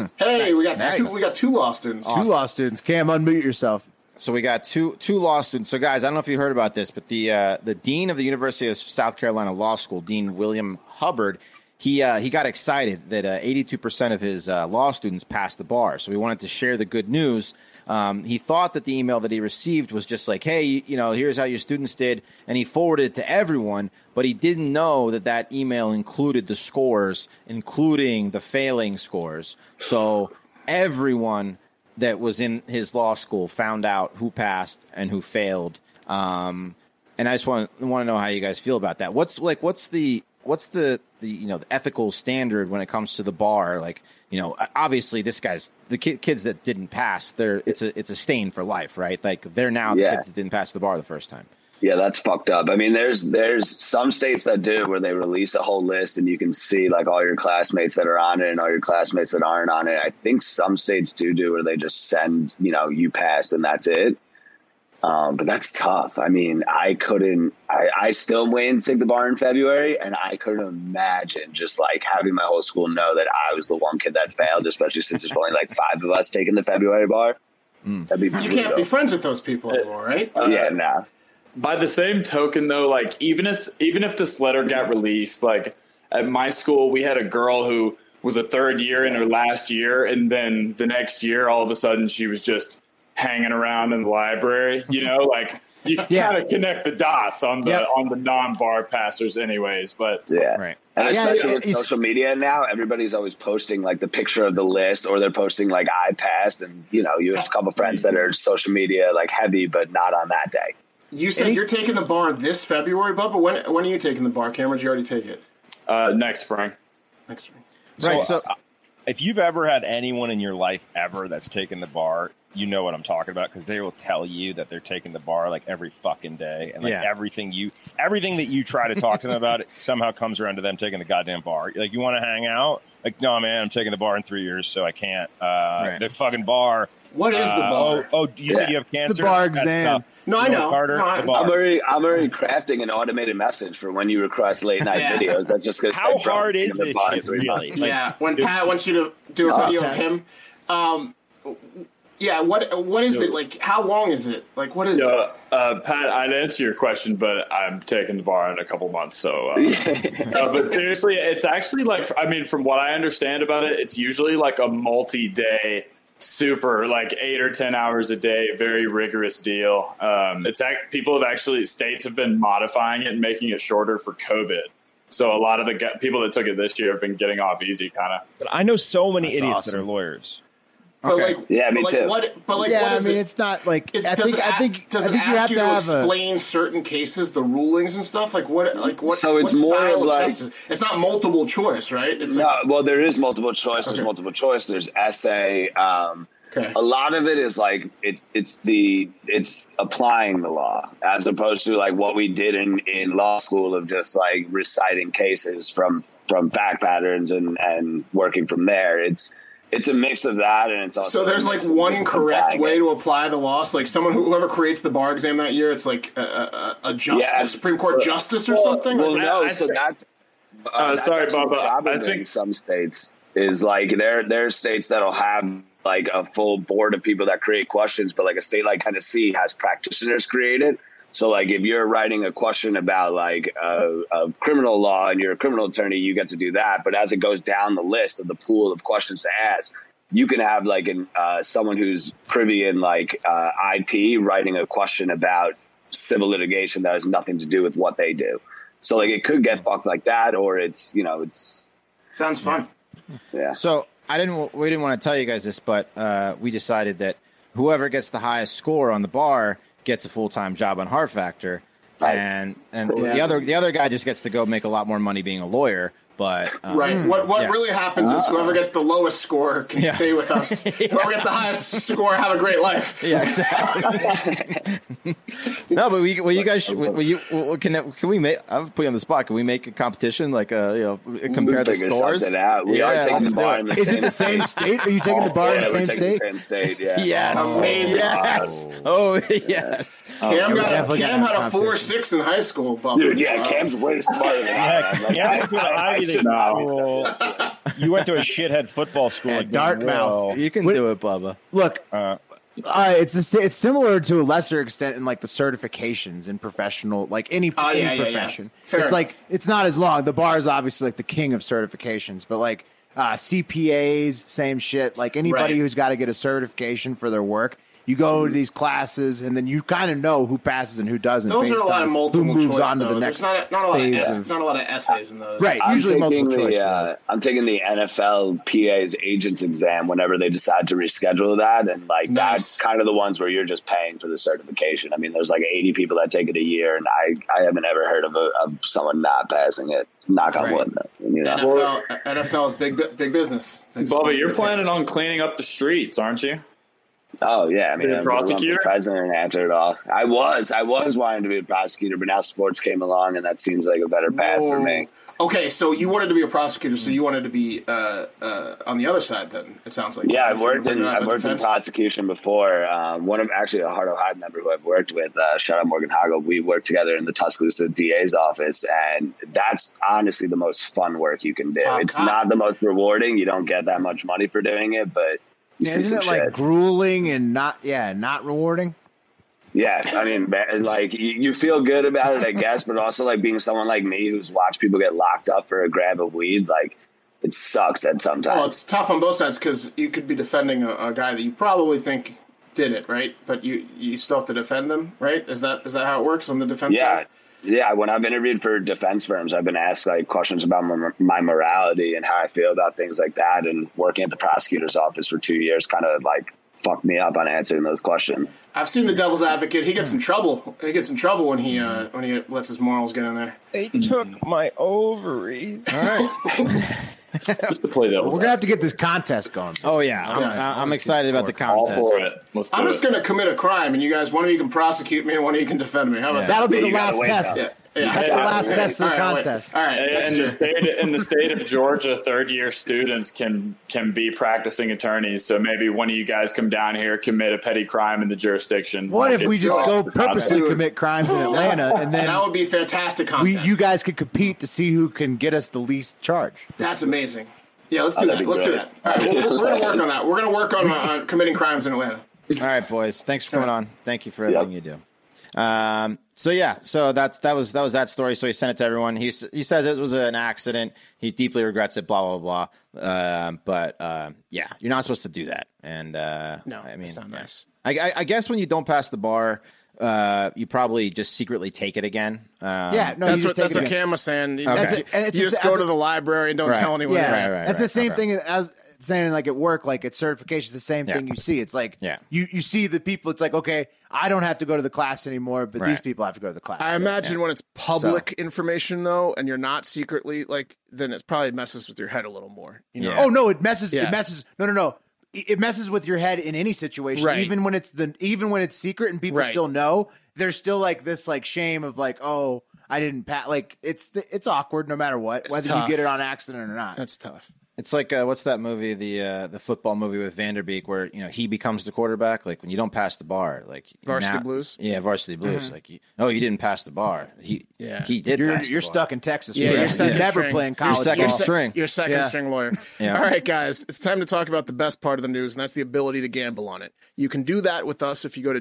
Hey,
There's-
we got two, we got two law students.
Two law students. Cam, unmute yourself.
So we got two two law students. So guys, I don't know if you heard about this, but the uh, the dean of the University of South Carolina Law School, Dean William Hubbard, he uh, he got excited that eighty two percent of his uh, law students passed the bar. So he wanted to share the good news. Um, he thought that the email that he received was just like, hey, you know, here's how your students did, and he forwarded it to everyone. But he didn't know that that email included the scores, including the failing scores. So everyone that was in his law school found out who passed and who failed. Um, and I just want to want to know how you guys feel about that. What's like what's the what's the, the you know the ethical standard when it comes to the bar? Like you know, obviously this guy's the ki- kids that didn't pass. They're it's a it's a stain for life, right? Like they're now the
Yeah.
kids that didn't pass the bar the first time.
Yeah, that's fucked up. I mean, there's there's some states that do where they release a whole list and you can see like all your classmates that are on it and all your classmates that aren't on it. I think some states do do where they just send, you know, you passed and that's it. Um, but that's tough. I mean, I couldn't. I, I still went and took the bar in February, and I couldn't imagine just like having my whole school know that I was the one kid that failed, especially since there's only like five of us taking the February bar. That'd be
You
brutal.
can't be friends with those people anymore, right?
yeah, nah.
By the same token, though, like even if even if this letter got released, like at my school, we had a girl who was a third year in her last year, and then the next year, all of a sudden, she was just hanging around in the library.
[LAUGHS]
You know, like you can
Yeah.
kind of connect the dots on the
Yep.
on the non bar passers, anyways. But
Yeah.
Right.
And
Yeah,
especially
it-
with
it's-
social media now, everybody's always posting like the picture of the list or they're posting like I passed and you know, you have a couple friends that are social media like heavy but not on that day.
You said you're taking the bar this February, Bubba. When when are you taking the bar? Cameron, did you already take it?
uh, next spring,
Next week.
right. So
uh, if you've ever had anyone in your life ever that's taken the bar, you know what I'm talking about because they will tell you that they're taking the bar like every fucking day, and like
Yeah.
everything you everything that you try to talk to them
[LAUGHS]
about it somehow comes around to them taking the goddamn bar. Like you want to hang out, like no man, I'm taking the bar in three years, so I can't. Uh, The fucking bar.
What is the
Uh,
bar?
Oh, oh, you said you have cancer.
bar
That's
exam.
tough.
No, I
You
know.
Carter,
No, I-
the bar.
I'm already I'm already crafting an automated message for when you request late night
Yeah.
videos. That's just gonna
How
say, bro,
hard
you're
is
in the
this
bottom
shit,
three
really?
months.
Like,
yeah, when Pat wants you to do a
Oh,
video of
okay.
him. Um, yeah, what what is it like? How long is it? Like, what is
uh, uh, Pat, I'd answer your question, but I'm taking the bar in a couple months, so. Uh, Uh, but seriously, it's actually like I mean, from what I understand about it, it's usually like a multi-day, super like eight or ten hours a day, very rigorous deal. Um, it's act- people have actually states have been modifying it and making it shorter for COVID. So a lot of the gu people that took it this year have been getting off easy, kind of.
But I know so many idiots
awesome.
that are lawyers.
it? But
okay.
like,
Yeah, me
but
too.
Like, what? But like,
yeah,
what
I
is
mean,
it?
it's not like
Is,
I
does
think
it,
I
a-
think
does
I
it
think
ask
you have
you
to have a
explain certain cases, the rulings and stuff? Like what? Like what?
So it's
what
more
style of
like-
test is- it's not multiple choice, right? It's
No,
like,
well, there is multiple choice. There's
Okay.
multiple choice. There's essay. Um,
Okay.
A lot of it is like it's it's the it's applying the law as opposed to like what we did in, in law school of just like reciting cases from from fact patterns and and working from there. It's it's a mix of that and it's also
so there's
a
like
mix of
one
just
correct
applying
way
it.
to apply the law. So like someone who, whoever creates the bar exam that year, it's like a, a, a justice,
Yeah. uh,
Supreme Court justice or
Well,
something.
Well,
Like,
no.
I- I
so
think-
that's uh, that's
sorry,
actually
Bubba.
the problem
I
in
think-
some states is like there there are states that'll have like a full board of people that create questions, but like a state like Tennessee has practitioners create it. So like if you're writing a question about like a, a criminal law and you're a criminal attorney, you get to do that. But as it goes down the list of the pool of questions to ask, you can have like an uh, someone who's privy in like uh, IP writing a question about civil litigation that has nothing to do with what they do. So like it could get fucked like that, or it's you know it's
sounds fun.
yeah.
So I didn't. We didn't want to tell you guys this, but uh, we decided that whoever gets the highest score on the bar gets a full time job on Heart Factor, and and the other the other guy just gets to go make a lot more money being a lawyer. But um,
Right. What what
yeah.
really happens is
Ah.
whoever gets the lowest score can
Yeah.
stay with
[LAUGHS]
us. Whoever gets the highest score, have a great life.
Yeah, exactly.
[LAUGHS]
no, but we, well, you guys, should- will you well, can that, can we make? I'm putting you on the spot. Can we make a competition like uh, you know compare the
figure
scores?
something out. We are taking
let's
the
do
bar
it.
in the
Is
same
it the same state? Are you taking the bar in
yeah,
the
we're
same
taking
state?
Penn State, yeah. Oh,
Yes.
Amazing.
Yes. Oh [LAUGHS] yes.
Cam, got a,
Oh, definitely
Cam
gonna
had a
have
four
competition.
six in high school. Bubba.
Dude, yeah, Cam's way smarter than I am. Like,
Yeah,
I, I, I should not be
You went to a shithead football school
At
like
Oh.
Dartmouth, you can
Wait-
do it, Bubba.
Look,
Uh,
uh, it's the, sa- it's similar to a lesser extent in like the certifications in professional, like any,
Oh, yeah,
any
yeah, yeah.
profession.
Fair
It's
enough.
like it's not as long. The bar is obviously like the king of certifications, but like uh, CPAs, same shit. Like anybody
Right. Mm.
who's got to get a certification for their work. You go to these classes, and then you kind of know who passes and who doesn't.
Those are
based
a lot
on
of multiple
who moves
choice.
on to
though.
the next
There's not a, not a lot of
phase
ess-
of-
not a lot of essays in those.
right.
I'm
usually
taking
multiple choice.
The, uh, I'm taking the NFL PA's agents exam whenever they decide to reschedule that, and like
Nice.
that's kind of the ones where you're just paying for the certification. I mean, there's like 80 people that take it a year, and I I haven't ever heard of a, of someone not passing it. Knock on wood, you know.
NFL NFL is big bu- big business. They just-
Bubba, you're planning on cleaning up the streets, aren't you?
Oh yeah, I mean,
You're a
I'm, I'm
prosecutor?
the president after it all. I was, I was wanting to be a prosecutor, but now sports came along, and that seems like a better path for me.
Okay, so you wanted to be a prosecutor,
Mm.
so you wanted to be uh, uh, on the other side. Then it sounds like
Yeah, I've
You're
worked in
working on
I've
the
worked in
uh, defense.
prosecution before. Um, one of actually a Heart of Hide member who I've worked with, uh, shout out Morgan Hagel. We worked together in the Tuscaloosa DA's office, and that's honestly the most fun work you can do.
Top
it's
cop.
not the most rewarding. You don't get that much money for doing it, but you see
Isn't
some
it like
shit.
grueling and not yeah not rewarding?
Yeah, I mean, man, like you, you feel good about it, I guess, but also like being someone like me who's watched people get locked up for a grab of weed, like it sucks at
Well,
sometimes.
it's tough on both sides because you could be defending a, a guy that you probably think did it, right? But you you still have to defend them, right? Is that is that how it works on the defense
Yeah.
side?
Yeah, when I've interviewed for defense firms, I've been asked like questions about my, my morality and how I feel about things like that. And working at the prosecutor's office for two years kind of like fucked me up on answering those questions.
I've seen the devil's advocate. He gets in trouble. He gets in trouble when he uh,
Mm-hmm.
when he lets his morals get in there.
they took my ovaries.
All right,
Just to play that.
we're gonna have to get this contest going.
Oh yeah, I'm,
Yeah.
I- I'm excited about the
all
contest.
for it. Let's do
I'm just
it.
going to commit a crime, and you guys, one of you can prosecute me, and one of you can defend me. How about
That'll be
Yeah,
the
you gotta
last
wait,
test.
though.
that? Yeah, yeah.
That's the last
Okay.
test of the
All right, wait.
contest.
All right, next
in
year.
the state
[LAUGHS]
in the state of Georgia, third year students can can be practicing attorneys. So maybe one of you guys come down here, commit a petty crime in the jurisdiction.
What if we
It's
just
all
go
off the top.
purposely commit crimes in Atlanta and
that
then
would be fantastic
we,
content.
you guys could compete to see who can get us the least charge?
That's amazing. Yeah, let's do
Oh,
that.
that'd be
Let's do
good.
that. All right, we're, we're going to work on that. We're going to work on, uh,
[LAUGHS]
on committing crimes in Atlanta.
All right, boys. Thanks for coming on. Thank you for everything you do. Um, so yeah, so that that was that was that story. So he sent it to everyone. He s- he says it was an accident. He deeply regrets it. Blah blah blah. Um, but um, yeah, you're not supposed to do that. And uh,
No,
I mean,
it's not
yeah.
nice.
I, I, I guess when you don't pass the bar, uh, you probably just secretly take it again. Um,
Yeah, no,
That's
you just
what that's
take
what
it.
Cam was saying. You,
That's
you-
it. And it's
you
just-
just, go
that's
to
a-
the library and don't
Right.
tell anyone.
yeah,
Right, right,
that's
right,
the same
okay.
thing as saying like at work, like at certifications, the same
Yeah.
thing you see. It's like
Yeah.
you you see the people. It's like okay, I don't have to go to the class anymore, but these
Right.
people have to go to the class.
I imagine when it's public information though, and you're not secretly like, then it probably messes with your head a little more. You know?
Yeah.
Oh no, it messes. It
Yeah.
messes. No, no, no. It it messes with your head in any situation,
Right.
even when it's the even when it's secret and people
Right.
still know. There's still like this like shame of like oh I didn't pat like it's the, it's awkward no matter what whether
tough.
you get it on accident or not.
That's tough.
It's like uh, what's that movie, the uh, the football movie with Vanderbeek, where you know he becomes the quarterback. Like when you don't pass the bar, like
Varsity Blues? Mm-hmm.
Yeah, Varsity Blues. Like you, oh, you didn't pass the bar. He
Yeah.
he did.
you're
pass the
you're
bar.
stuck in Texas.
Yeah,
forever.
you're
You're
second
never
string.
playing
You're
college
second
ball.
se-
string.
Your second
Yeah.
string lawyer.
Yeah.
All right, guys, it's time to talk about the best part of the news, and that's the ability to gamble on it. You can do that with us if you go to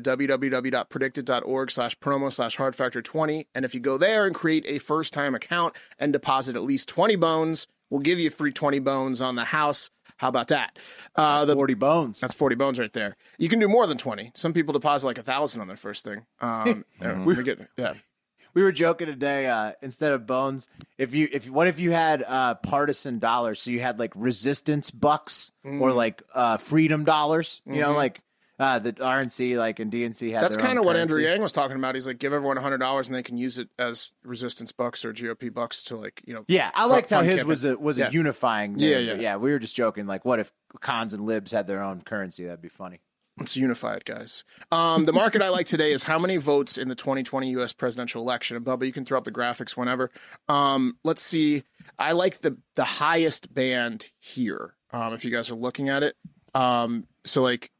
www.predicted.org slash promo slash hard factor 20. And if you go there and create a first time account and deposit at least 20 bones, we'll give you free 20 bones on the house. How about that? Uh, the,
Forty bones.
that's 40 bones right there. You can do more than 20. Some people deposit like a thousand on their first thing. Um, we get, yeah.
We were joking today. Uh, instead of bones, if you if what if you had uh, partisan
Mm.
dollars? So you had like resistance bucks or like uh, freedom dollars. You know, like
uh, the RNC like and DNC had.
Mm-hmm. That's
their own
kind of what
currency.
Andrew Yang was talking about. He's like, give everyone hundred dollars and they can use it as resistance bucks or GOP bucks to like, you know.
Yeah, I
fu-
liked how
fund
his
campaign.
was a was
Yeah.
a unifying.
Yeah,
name,
yeah.
but yeah. We were just joking. Like, what if cons and libs had their own currency? That'd be funny.
It's unified, guys. Um, the market I like today is how many votes in the 2020 U.S. presidential election. And Bubba, you can throw up the graphics whenever. Um, let's see. I like the the highest band here. Um, if you guys are looking at it, um, so like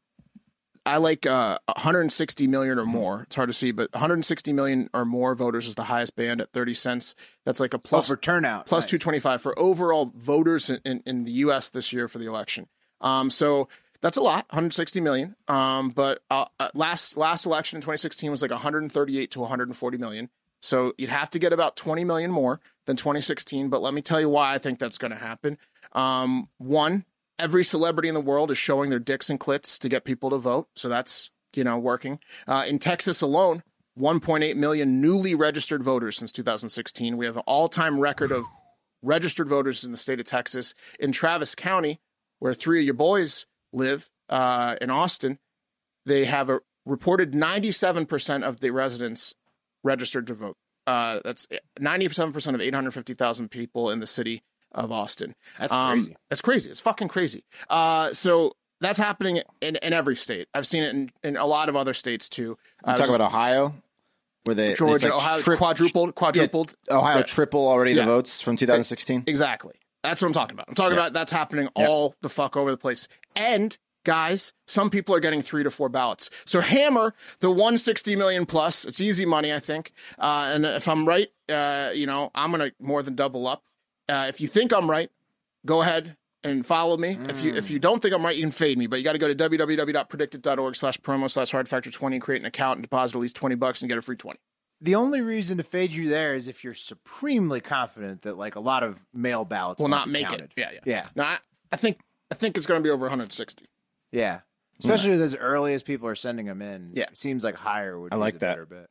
I like uh, 160 million or more. It's hard to see, but 160 million or more voters is the highest band at 30 cents. That's like a
Oh,
plus
for turnout,
plus
nice.
225 for overall voters in, in, in the U.S. this year for the election. Um, so that's a lot, 160 million. Um, but uh, uh, last last election in 2016 was like 138 to 140 million. So you'd have to get about 20 million more than 2016. But let me tell you why I think that's going to happen. Um, one, every celebrity in the world is showing their dicks and clits to get people to vote. So that's you know working. Uh, in Texas alone, 1.8 million newly registered voters since 2016. We have an all-time record of registered voters in the state of Texas. In Travis County, where three of your boys live uh, in Austin, they have a reported 97% of the residents registered to vote. Uh, that's 97% of 850,000 people in the city of Austin.
That's
Um,
crazy.
That's crazy. It's fucking crazy. Uh, so that's happening in, in every state. I've seen it in, in a lot of other states too. Uh,
I'm talking about Ohio, where they it's
Georgia,
like
Ohio,
tri-
quadrupled, quadrupled.
Ohio
Yeah.
triple already
Yeah.
the votes from 2016.
Exactly. That's what I'm talking about. I'm talking about that's happening all the fuck over the place. And guys, some people are getting three to four ballots. So hammer the 160 million plus. It's easy money, I think. Uh, and if I'm right, uh, you know, I'm gonna more than double up. Uh, if you think I'm right, go ahead and follow me. If you if you don't think I'm right, you can fade me. But you got to go to www.predictit.org slash promo slash hard factor 20 and create an account and deposit at least 20 bucks and get a free 20.
The only reason to fade you there is if you're supremely confident that like a lot of mail ballots
Will
won't
not
be
make
counted.
it. Yeah, yeah.
yeah,
No, I, I think I think it's gonna be over 160.
yeah. Especially with as early as people are sending them in.
Yeah.
it seems like higher would.
I
be
like
the
that.
Better bet.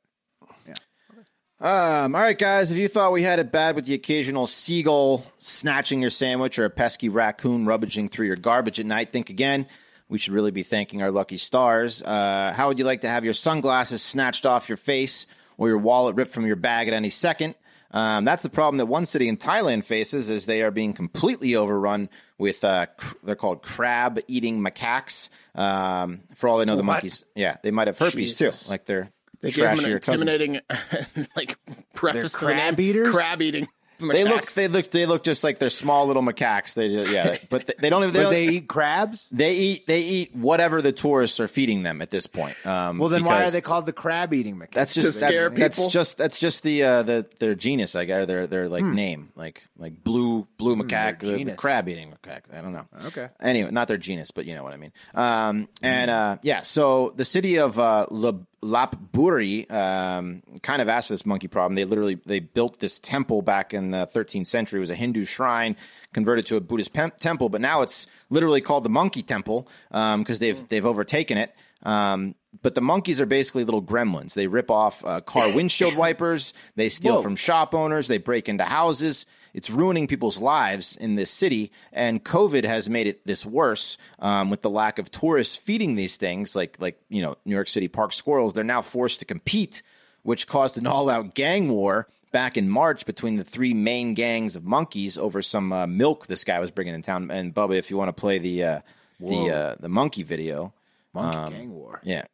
Um, all right, guys. If you thought we had it bad with the occasional seagull snatching your sandwich or a pesky raccoon rummaging through your garbage at night, think again. We should really be thanking our lucky stars. Uh, how would you like to have your sunglasses snatched off your face or your wallet ripped from your bag at any second? Um, that's the problem that one city in Thailand faces as they are being completely overrun with uh, cr- they're called crab eating macaques. Um, for all they know, the monkeys, yeah, they might have herpes
Jesus.
too. Like they're
They gave him an
trashier cousins.
intimidating, [LAUGHS] like preface to
crab
the name,
eaters?
Crab eating. [LAUGHS]
They look,
macaques.
they look, they look just like they're small little macaques. They, just, yeah,
[LAUGHS]
but they, they don't even. They,
But
don't,
they
they,
eat crabs.
eat, they eat whatever the tourists are feeding them at this point. Um,
Well, then why are
because
they called the crab eating macaque?
That's just
To
that's,
scare
that's
people?
just that's just the uh, the their genus, I guess, or their their like name, like like blue blue macaque, the- the,
Hmm. genus.
crab eating macaque. I don't know.
Okay.
Anyway, not their genus, but you know what I mean. Um, and uh, yeah, so the city of uh, Lop- Lopburi um, kind of asked for this monkey problem. They literally they built this temple back in the 13th century. It was a Hindu shrine converted to a Buddhist pem- temple, but now it's literally called the Monkey Temple because they've they've overtaken it. Um, but the monkeys are basically little gremlins. They rip off uh, car windshield wipers. They steal from shop owners. They break into houses. It's ruining people's lives in this city. And COVID has made it this worse um, with the lack of tourists feeding these things, like like you know New York City park squirrels. They're now forced to compete, which caused an all-out gang war back in March between the three main gangs of monkeys over some uh, milk this guy was bringing in town. And Bubba, if you want to play the uh, the uh, the monkey video. um,
monkey gang war.
Yeah.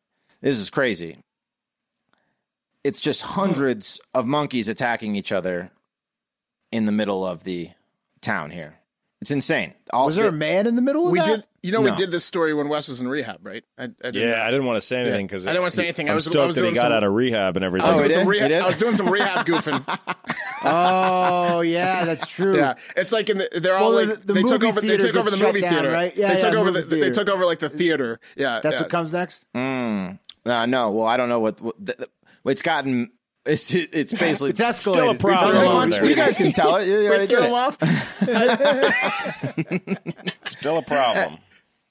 This is crazy. It's just
Hmm.
hundreds of monkeys attacking each other in the middle of the town here. It's insane. All,
Was there a man in the middle of
we
that?
[LAUGHS] did. You know,
No.
we did this story when Wes was in rehab, right? I, I didn't
Yeah, I didn't want to say anything because
I didn't wanna say anything. I was- I
stoked
was
that he
doing
got
some-
out of rehab and everything.
I was,
Oh,
doing
he
some
did?
rehab,
He did?
I was doing
[LAUGHS]
some rehab goofing.
oh yeah, that's true.
Yeah, it's like in the, they're all
Well,
like
the- the
they took
movie
over. They
theater
took over
gets
the movie
shut down,
theater,
right? Yeah,
they
yeah,
took over
movie
the. They
theater.
took over like the theater. Yeah,
That's
yeah.
what comes next.
uh, no, well, I don't know what, what the, the- it's gotten. It's
[LAUGHS]
it's basically
It's escalated.
Still a
We
problem
threw him
over
on-
there.
You guys can tell it. You already
We threw
did
him
it.
off.
Still a problem.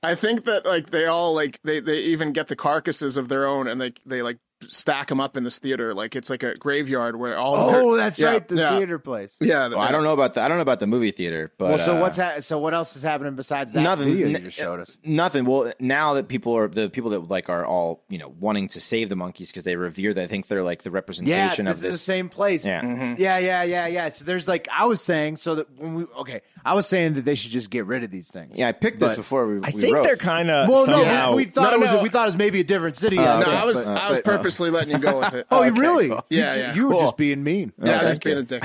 I think that like they all like they they even get the carcasses of their own and they they like stack them up in this theater. Like it's like a graveyard where all.
Oh,
they're-
that's
yeah,
right. The
yeah,
theater place.
Yeah,
Well, I don't know about the I don't know about the movie theater, but
Well, so
uh,
what's ha- so what else is happening besides that
nothing
video you
n- uh,
just showed us?
Nothing. Well, now that people are the people that like are all you know wanting to save the monkeys because they revere. They think they're like the
Yeah,
representation
this
of
is
this.
the same place.
Yeah.
Mm-hmm.
Mhm.
yeah, yeah, yeah, yeah. So there's like I was saying, so that when we okay, I was saying that they should just get rid of these things.
yeah, I picked this
But-
before we.
I
we
think
wrote.
they're kind of
Well,
somehow.
no, we, we thought
No,
it was
no.
we thought it was maybe a different city.
No,
okay,
I was
but-
I was
but- uh,
purposely letting you go with it.
[LAUGHS]
Uh,
Oh, you really?
Yeah,
you,
yeah.
you were
Cool.
just being mean.
Yeah, I was just being
[LAUGHS]
a dick.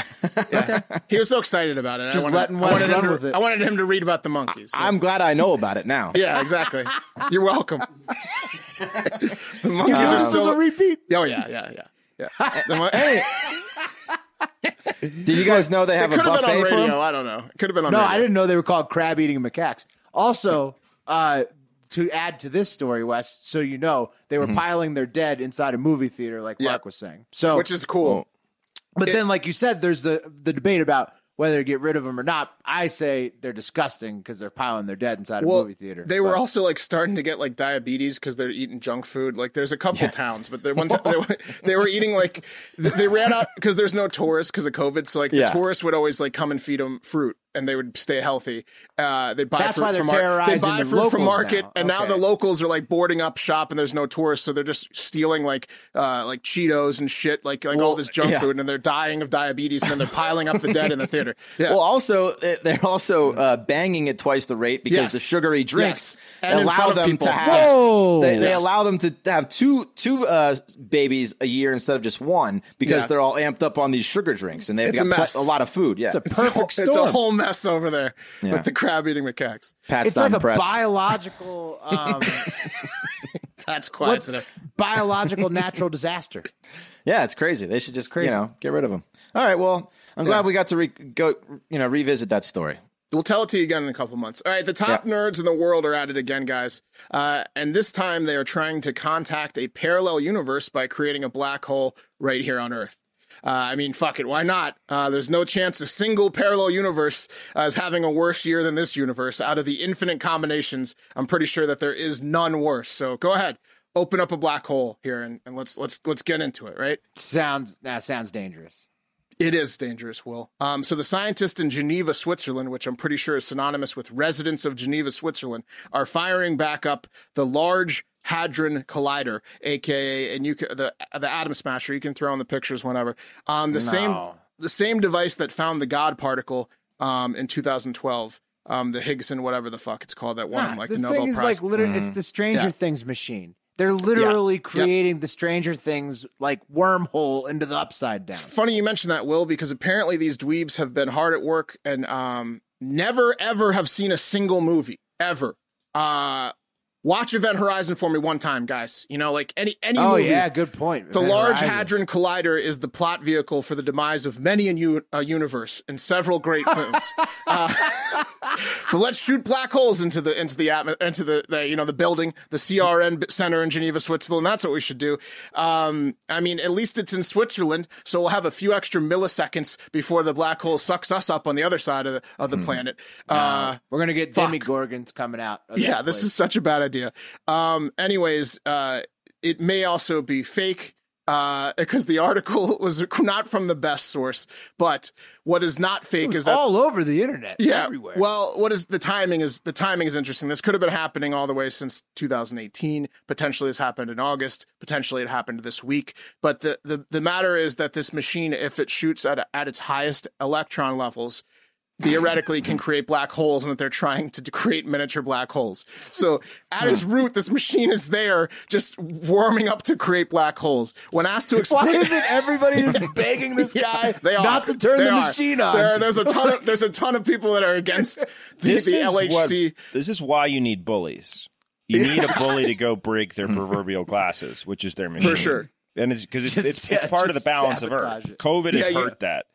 Yeah. He was so excited about it.
Just
I wanted,
letting
I
Wes
wanted
run
him to,
with it.
I wanted him to read about the monkeys. Yeah.
I'm glad I know about it now.
[LAUGHS]
yeah, exactly. You're welcome. the monkeys
this
are
was
still.
a repeat.
oh yeah, yeah, yeah.
[LAUGHS]
Yeah. The mon- hey,
Did you guys know they have
could
a
have been on
buffet for them?
radio. I don't know. It could have been on
No,
radio.
I didn't know they were called crab eating macaques. Also, uh, to add to this story, Wes, so you know, they were piling their dead inside a movie theater, like
Yeah.
Mark was saying. So,
Which is cool.
but then, like you said, there's the the debate about whether to get rid of them or not. I say they're disgusting because they're piling their dead inside a movie theater.
They were
But-
also [LAUGHS] like starting to get like diabetes because they're eating junk food. Like there's a couple towns, but
[LAUGHS]
they, one time, they, were, they were eating like th- they ran out because there's no tourists because of COVID. So like the
Yeah.
tourists would always like come and feed them fruit and they would stay healthy. Uh, they'd buy
That's
fruit
why they're
from mar- they'd
terrorizing
buy
the
fruit from
locals
market,
now.
and now
Okay.
the locals are like boarding up shop and there's no tourists, so they're just stealing like uh, like Cheetos and shit, like like all this junk
yeah.
food, and they're dying of diabetes, and then they're piling up the dead in
[LAUGHS]
the theater. Yeah.
Well, also uh, they're also uh, banging at twice the rate because
Yes.
the sugary
Yes.
drinks
And in
allow
front of
them
people.
to have
Whoa.
they, they
Yes.
allow them to have two two uh, babies a year instead of just one because
Yeah.
they're all amped up on these sugar drinks and they've
It's
got
a
pl-
mess.
a lot of food. Yeah,
It's a perfect
[LAUGHS] it's a
storm.
whole mess over there
Yeah.
with the crab eating macaques.
Pat's
it's
not
like
impressed.
a biological, um,
That's
what's-
quiet today.
biological natural disaster.
Yeah, it's crazy. They should just you know get rid of them. All right. Well, I'm glad we got to re- go you know revisit that story.
We'll tell it to you again in a couple months. All right, the top
Yeah.
nerds in the world are at it again, guys. Uh, and this time they are trying to contact a parallel universe by creating a black hole right here on Earth. Uh, I mean, fuck it, why not? Uh, there's no chance a single parallel universe uh, is having a worse year than this universe. Out of the infinite combinations, I'm pretty sure that there is none worse. So go ahead, open up a black hole here, and, and let's let's let's get into it, right?
Sounds that sounds dangerous.
It is dangerous, Will. Um, so the scientists in Geneva, Switzerland, which I'm pretty sure is synonymous with residents of Geneva, Switzerland, are firing back up the Large Hadron Collider, aka and you ca- the the atom smasher. You can throw in the pictures whenever. Um, the same the same device that found the God particle um, in 2012, um, the Higgs and whatever the fuck it's called that won
Nah,
like
Ah, this
the Nobel
thing is
Prize.
like literally it's the Stranger
Yeah.
Things machine. They're literally creating the Stranger Things like wormhole into the upside down.
funny you mentioned that, Will, because apparently these dweebs have been hard at work and um, never ever have seen a single movie ever. Uh, watch Event Horizon for me one time, guys. You know, like any any
Oh
movie.
yeah, good point.
The
Man,
Large
Horizon.
Hadron Collider is the plot vehicle for the demise of many a, u- a universe and several great films. uh, but let's shoot black holes into the into the atmo- into the, the you know the building, the CRN b- center in Geneva, Switzerland. That's what we should do. Um, I mean, at least it's in Switzerland, so we'll have a few extra milliseconds before the black hole sucks us up on the other side of the of the planet. Uh,
We're gonna get
Fuck.
Demi Gorgons coming out. of
yeah,
that
this
place.
is such a bad idea. Um, anyways, uh, it may also be fake uh, [LAUGHS] because the article [LAUGHS] was not from the best source. But what is not fake is that
all over the internet.
yeah.
everywhere.
Well, what is the timing? Is the timing is interesting? This could have been happening all the way since 2018. Potentially, this happened in August. Potentially, it happened this week. But the the, the matter is that this machine, if it shoots at at its highest electron levels. Theoretically, can create black holes, and that they're trying to create miniature black holes. So, at
Hmm.
its root, this machine is there just warming up to create black holes. When asked to [LAUGHS] explain,
why isn't everybody
[LAUGHS]
just begging this guy
they are.
not to turn
They
the
are.
machine on?
There are- there's a
[LAUGHS]
ton of there's a ton of people that are against the,
This
the
is
LHC.
what- this is why you need bullies. You need a bully to
[LAUGHS]
go break their proverbial glasses, which is their machine.
sure.
And it's because it's,
Just-
it's,
yeah,
it's part of the
just
balance of
sabotage
Earth.
it.
COVID has
Yeah, you-
hurt that.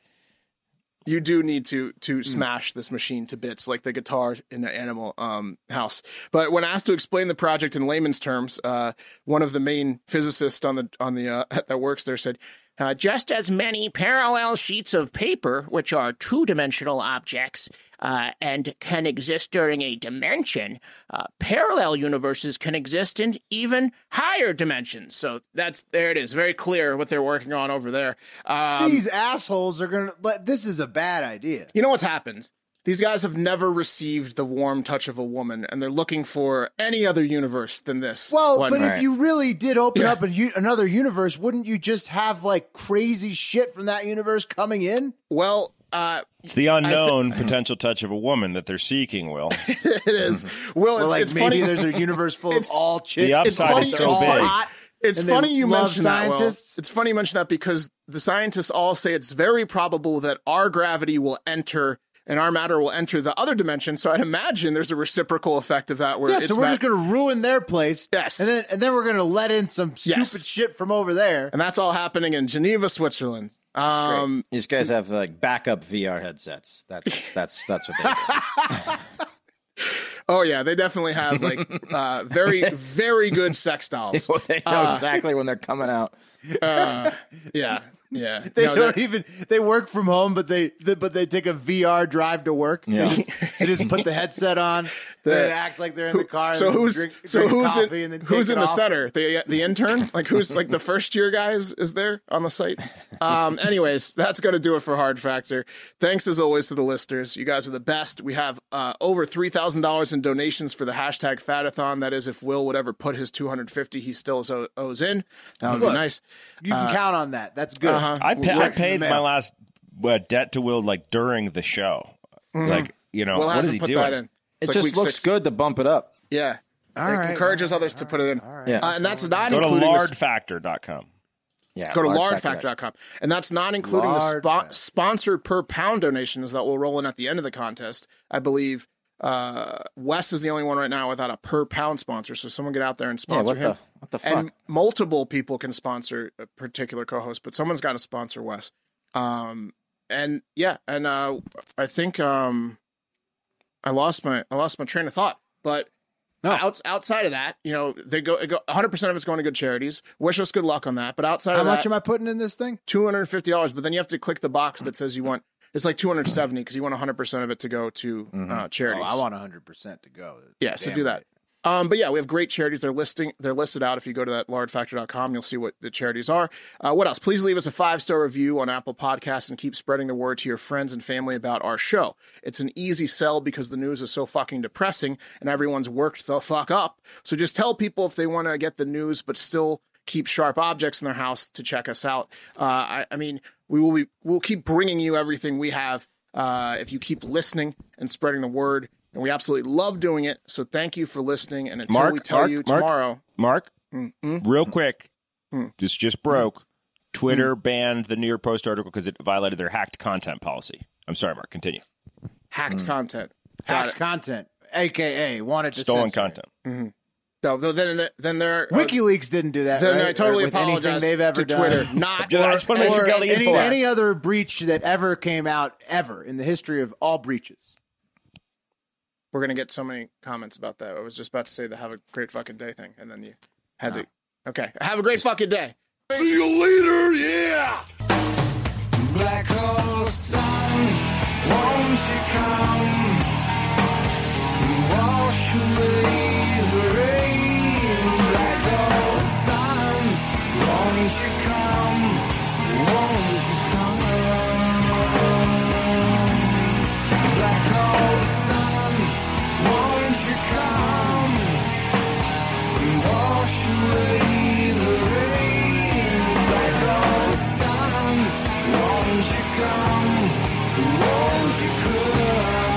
you do need to to smash this machine to bits like the guitar in the Animal um, House. But when asked to explain the project in layman's terms, uh, one of the main physicists on the on the uh, [LAUGHS] that works there said. Uh, just as many parallel sheets of paper, which are two dimensional objects,
uh, and can exist during a dimension, uh, parallel universes can exist in even higher dimensions. So that's there it is. Very clear what they're working on over there. Um,
These assholes are gonna. Let, this is a bad idea.
You know what's happened? These guys have never received the warm touch of a woman, and they're looking for any other universe than this.
Well,
one.
but if you really did open up a, u- another universe, wouldn't you just have like crazy shit from that universe coming in?
well, uh,
It's the unknown potential touch of a woman that they're seeking, Will.
it is. Well, it's,
Or like
it's
maybe
funny.
there's a universe full of
It's-
all chicks.
The
it's
upside
funny.
is
It's
so
all
big.
hot. It's
and they
funny you
love
mention that. Will.
scientists.
It's funny you mention that because the scientists all say it's very probable that our gravity will enter and our matter will enter the other dimension. So I'd imagine there's a reciprocal effect of that where
Yeah,
it's
so we're
ma-
just gonna ruin their place.
Yes.
and then and then we're gonna let in some stupid
Yes.
shit from over there.
and that's all happening in Geneva, Switzerland. Um,
These guys have like backup VR headsets. That's that's that's what they. do. [LAUGHS]
Oh yeah, they definitely
[LAUGHS]
have like uh, very very good sex dolls.
Well, they know exactly when they're coming out.
Yeah, yeah.
They
No,
don't
they're-
even. They work from home, but they, they but they take a VR drive to work.
Yeah.
They, just, they just put the headset on. They act like they're in the car.
so
and
who's
drink,
so
drink
who's
coffee
in
and then take
who's
it
in the
off.
center? The the
[LAUGHS]
intern? Like who's like the first year guys is there on the site? Um. Anyways, that's gonna do it for Hard Factor. Thanks as always to the listeners. You guys are the best. We have uh, over three thousand dollars in donations for the hashtag Fatathon. That is, if Will would ever put his two hundred fifty, he still o- owes in. That would be nice.
You can
Uh-huh.
count on that. That's good.
I, pa- I
Checks in the
paid
mail.
my last uh, debt to Will like during the show.
Mm-hmm.
Like you
Oh,
know,
Will
what is
hasn't
he
put
doing?
that in. It's
It
like
just
week
looks
six.
good to bump it up.
Yeah. it
right,
encourages others to put it in.
Yeah.
Uh, and that's not
Go to
including this.
lardfactor.com.
Yeah.
Go to
large
lardfactor.com. And that's not including the
Lard
spo-
Factor.
sponsor per pound donations that will roll in at the end of the contest. I believe uh, Wes is the only one right now without a per pound sponsor. So someone get out there and
Yeah.
sponsor
What
him.
the what the fuck?
and multiple people can sponsor a particular co host, but someone's got to sponsor Wes. Um, and yeah, and uh, I think um, I lost my I lost my train of thought, but outs, outside of that, you know, they go, it go 100% of it's going to good charities. Wish us good luck on that. But outside
How
of that,
uh,
much am I putting in this thing?
two hundred and fifty dollars, but then you have to click the box that says you want. It's like two hundred seventy because you want one hundred percent of it to go to
Mm-hmm.
uh, charities.
Oh, I
Oh,
want 100 percent to go.
yeah, so
Damn
do
right.
that. Um, but yeah, we have great charities. They're listing, they're listed out. If you go to that lardfactor.com, you'll see what the charities are. Uh, what else? Please leave us a five star review on Apple Podcasts and keep spreading the word to your friends and family about our show. It's an easy sell because the news is so fucking depressing and everyone's worked the fuck up. So just tell people if they want to get the news, but still keep sharp objects in their house to check us out. Uh, I, I mean, we will be, we'll keep bringing you everything we have uh, if you keep listening and spreading the word. And we absolutely love doing it. So thank you for listening. And until
Mark,
we tell
Mark,
you
Mark.
tomorrow,
Mark,
Mm-hmm.
real quick, this just broke. Twitter banned the New York Post article because it violated their hacked content policy. I'm sorry, Mark. Continue.
hacked content. Got
Hacked
it.
content, aka wanted to
Stolen
censor.
content.
So then, then there. are-
WikiLeaks didn't do that.
Then
right?
I
Or
totally
with anything
apologize
They've ever
to
done.
Twitter.
[LAUGHS]
Not
Just- I just want to make sure you got the
any,
info. out.
any other breach that ever came out ever in the history of all breaches.
we're gonna get so many comments about that. I was just about to say the "Have a great fucking day" thing, and then you had to.
Ah.
Okay, have a great fucking day.
See you later, yeah!
Black hole sun, won't you come and wash away the rain? Black hole sun, won't you come? Won't you come around? Black hole sun, won't you come and wash away the rain? Black hole sun. Won't you come? Won't you come?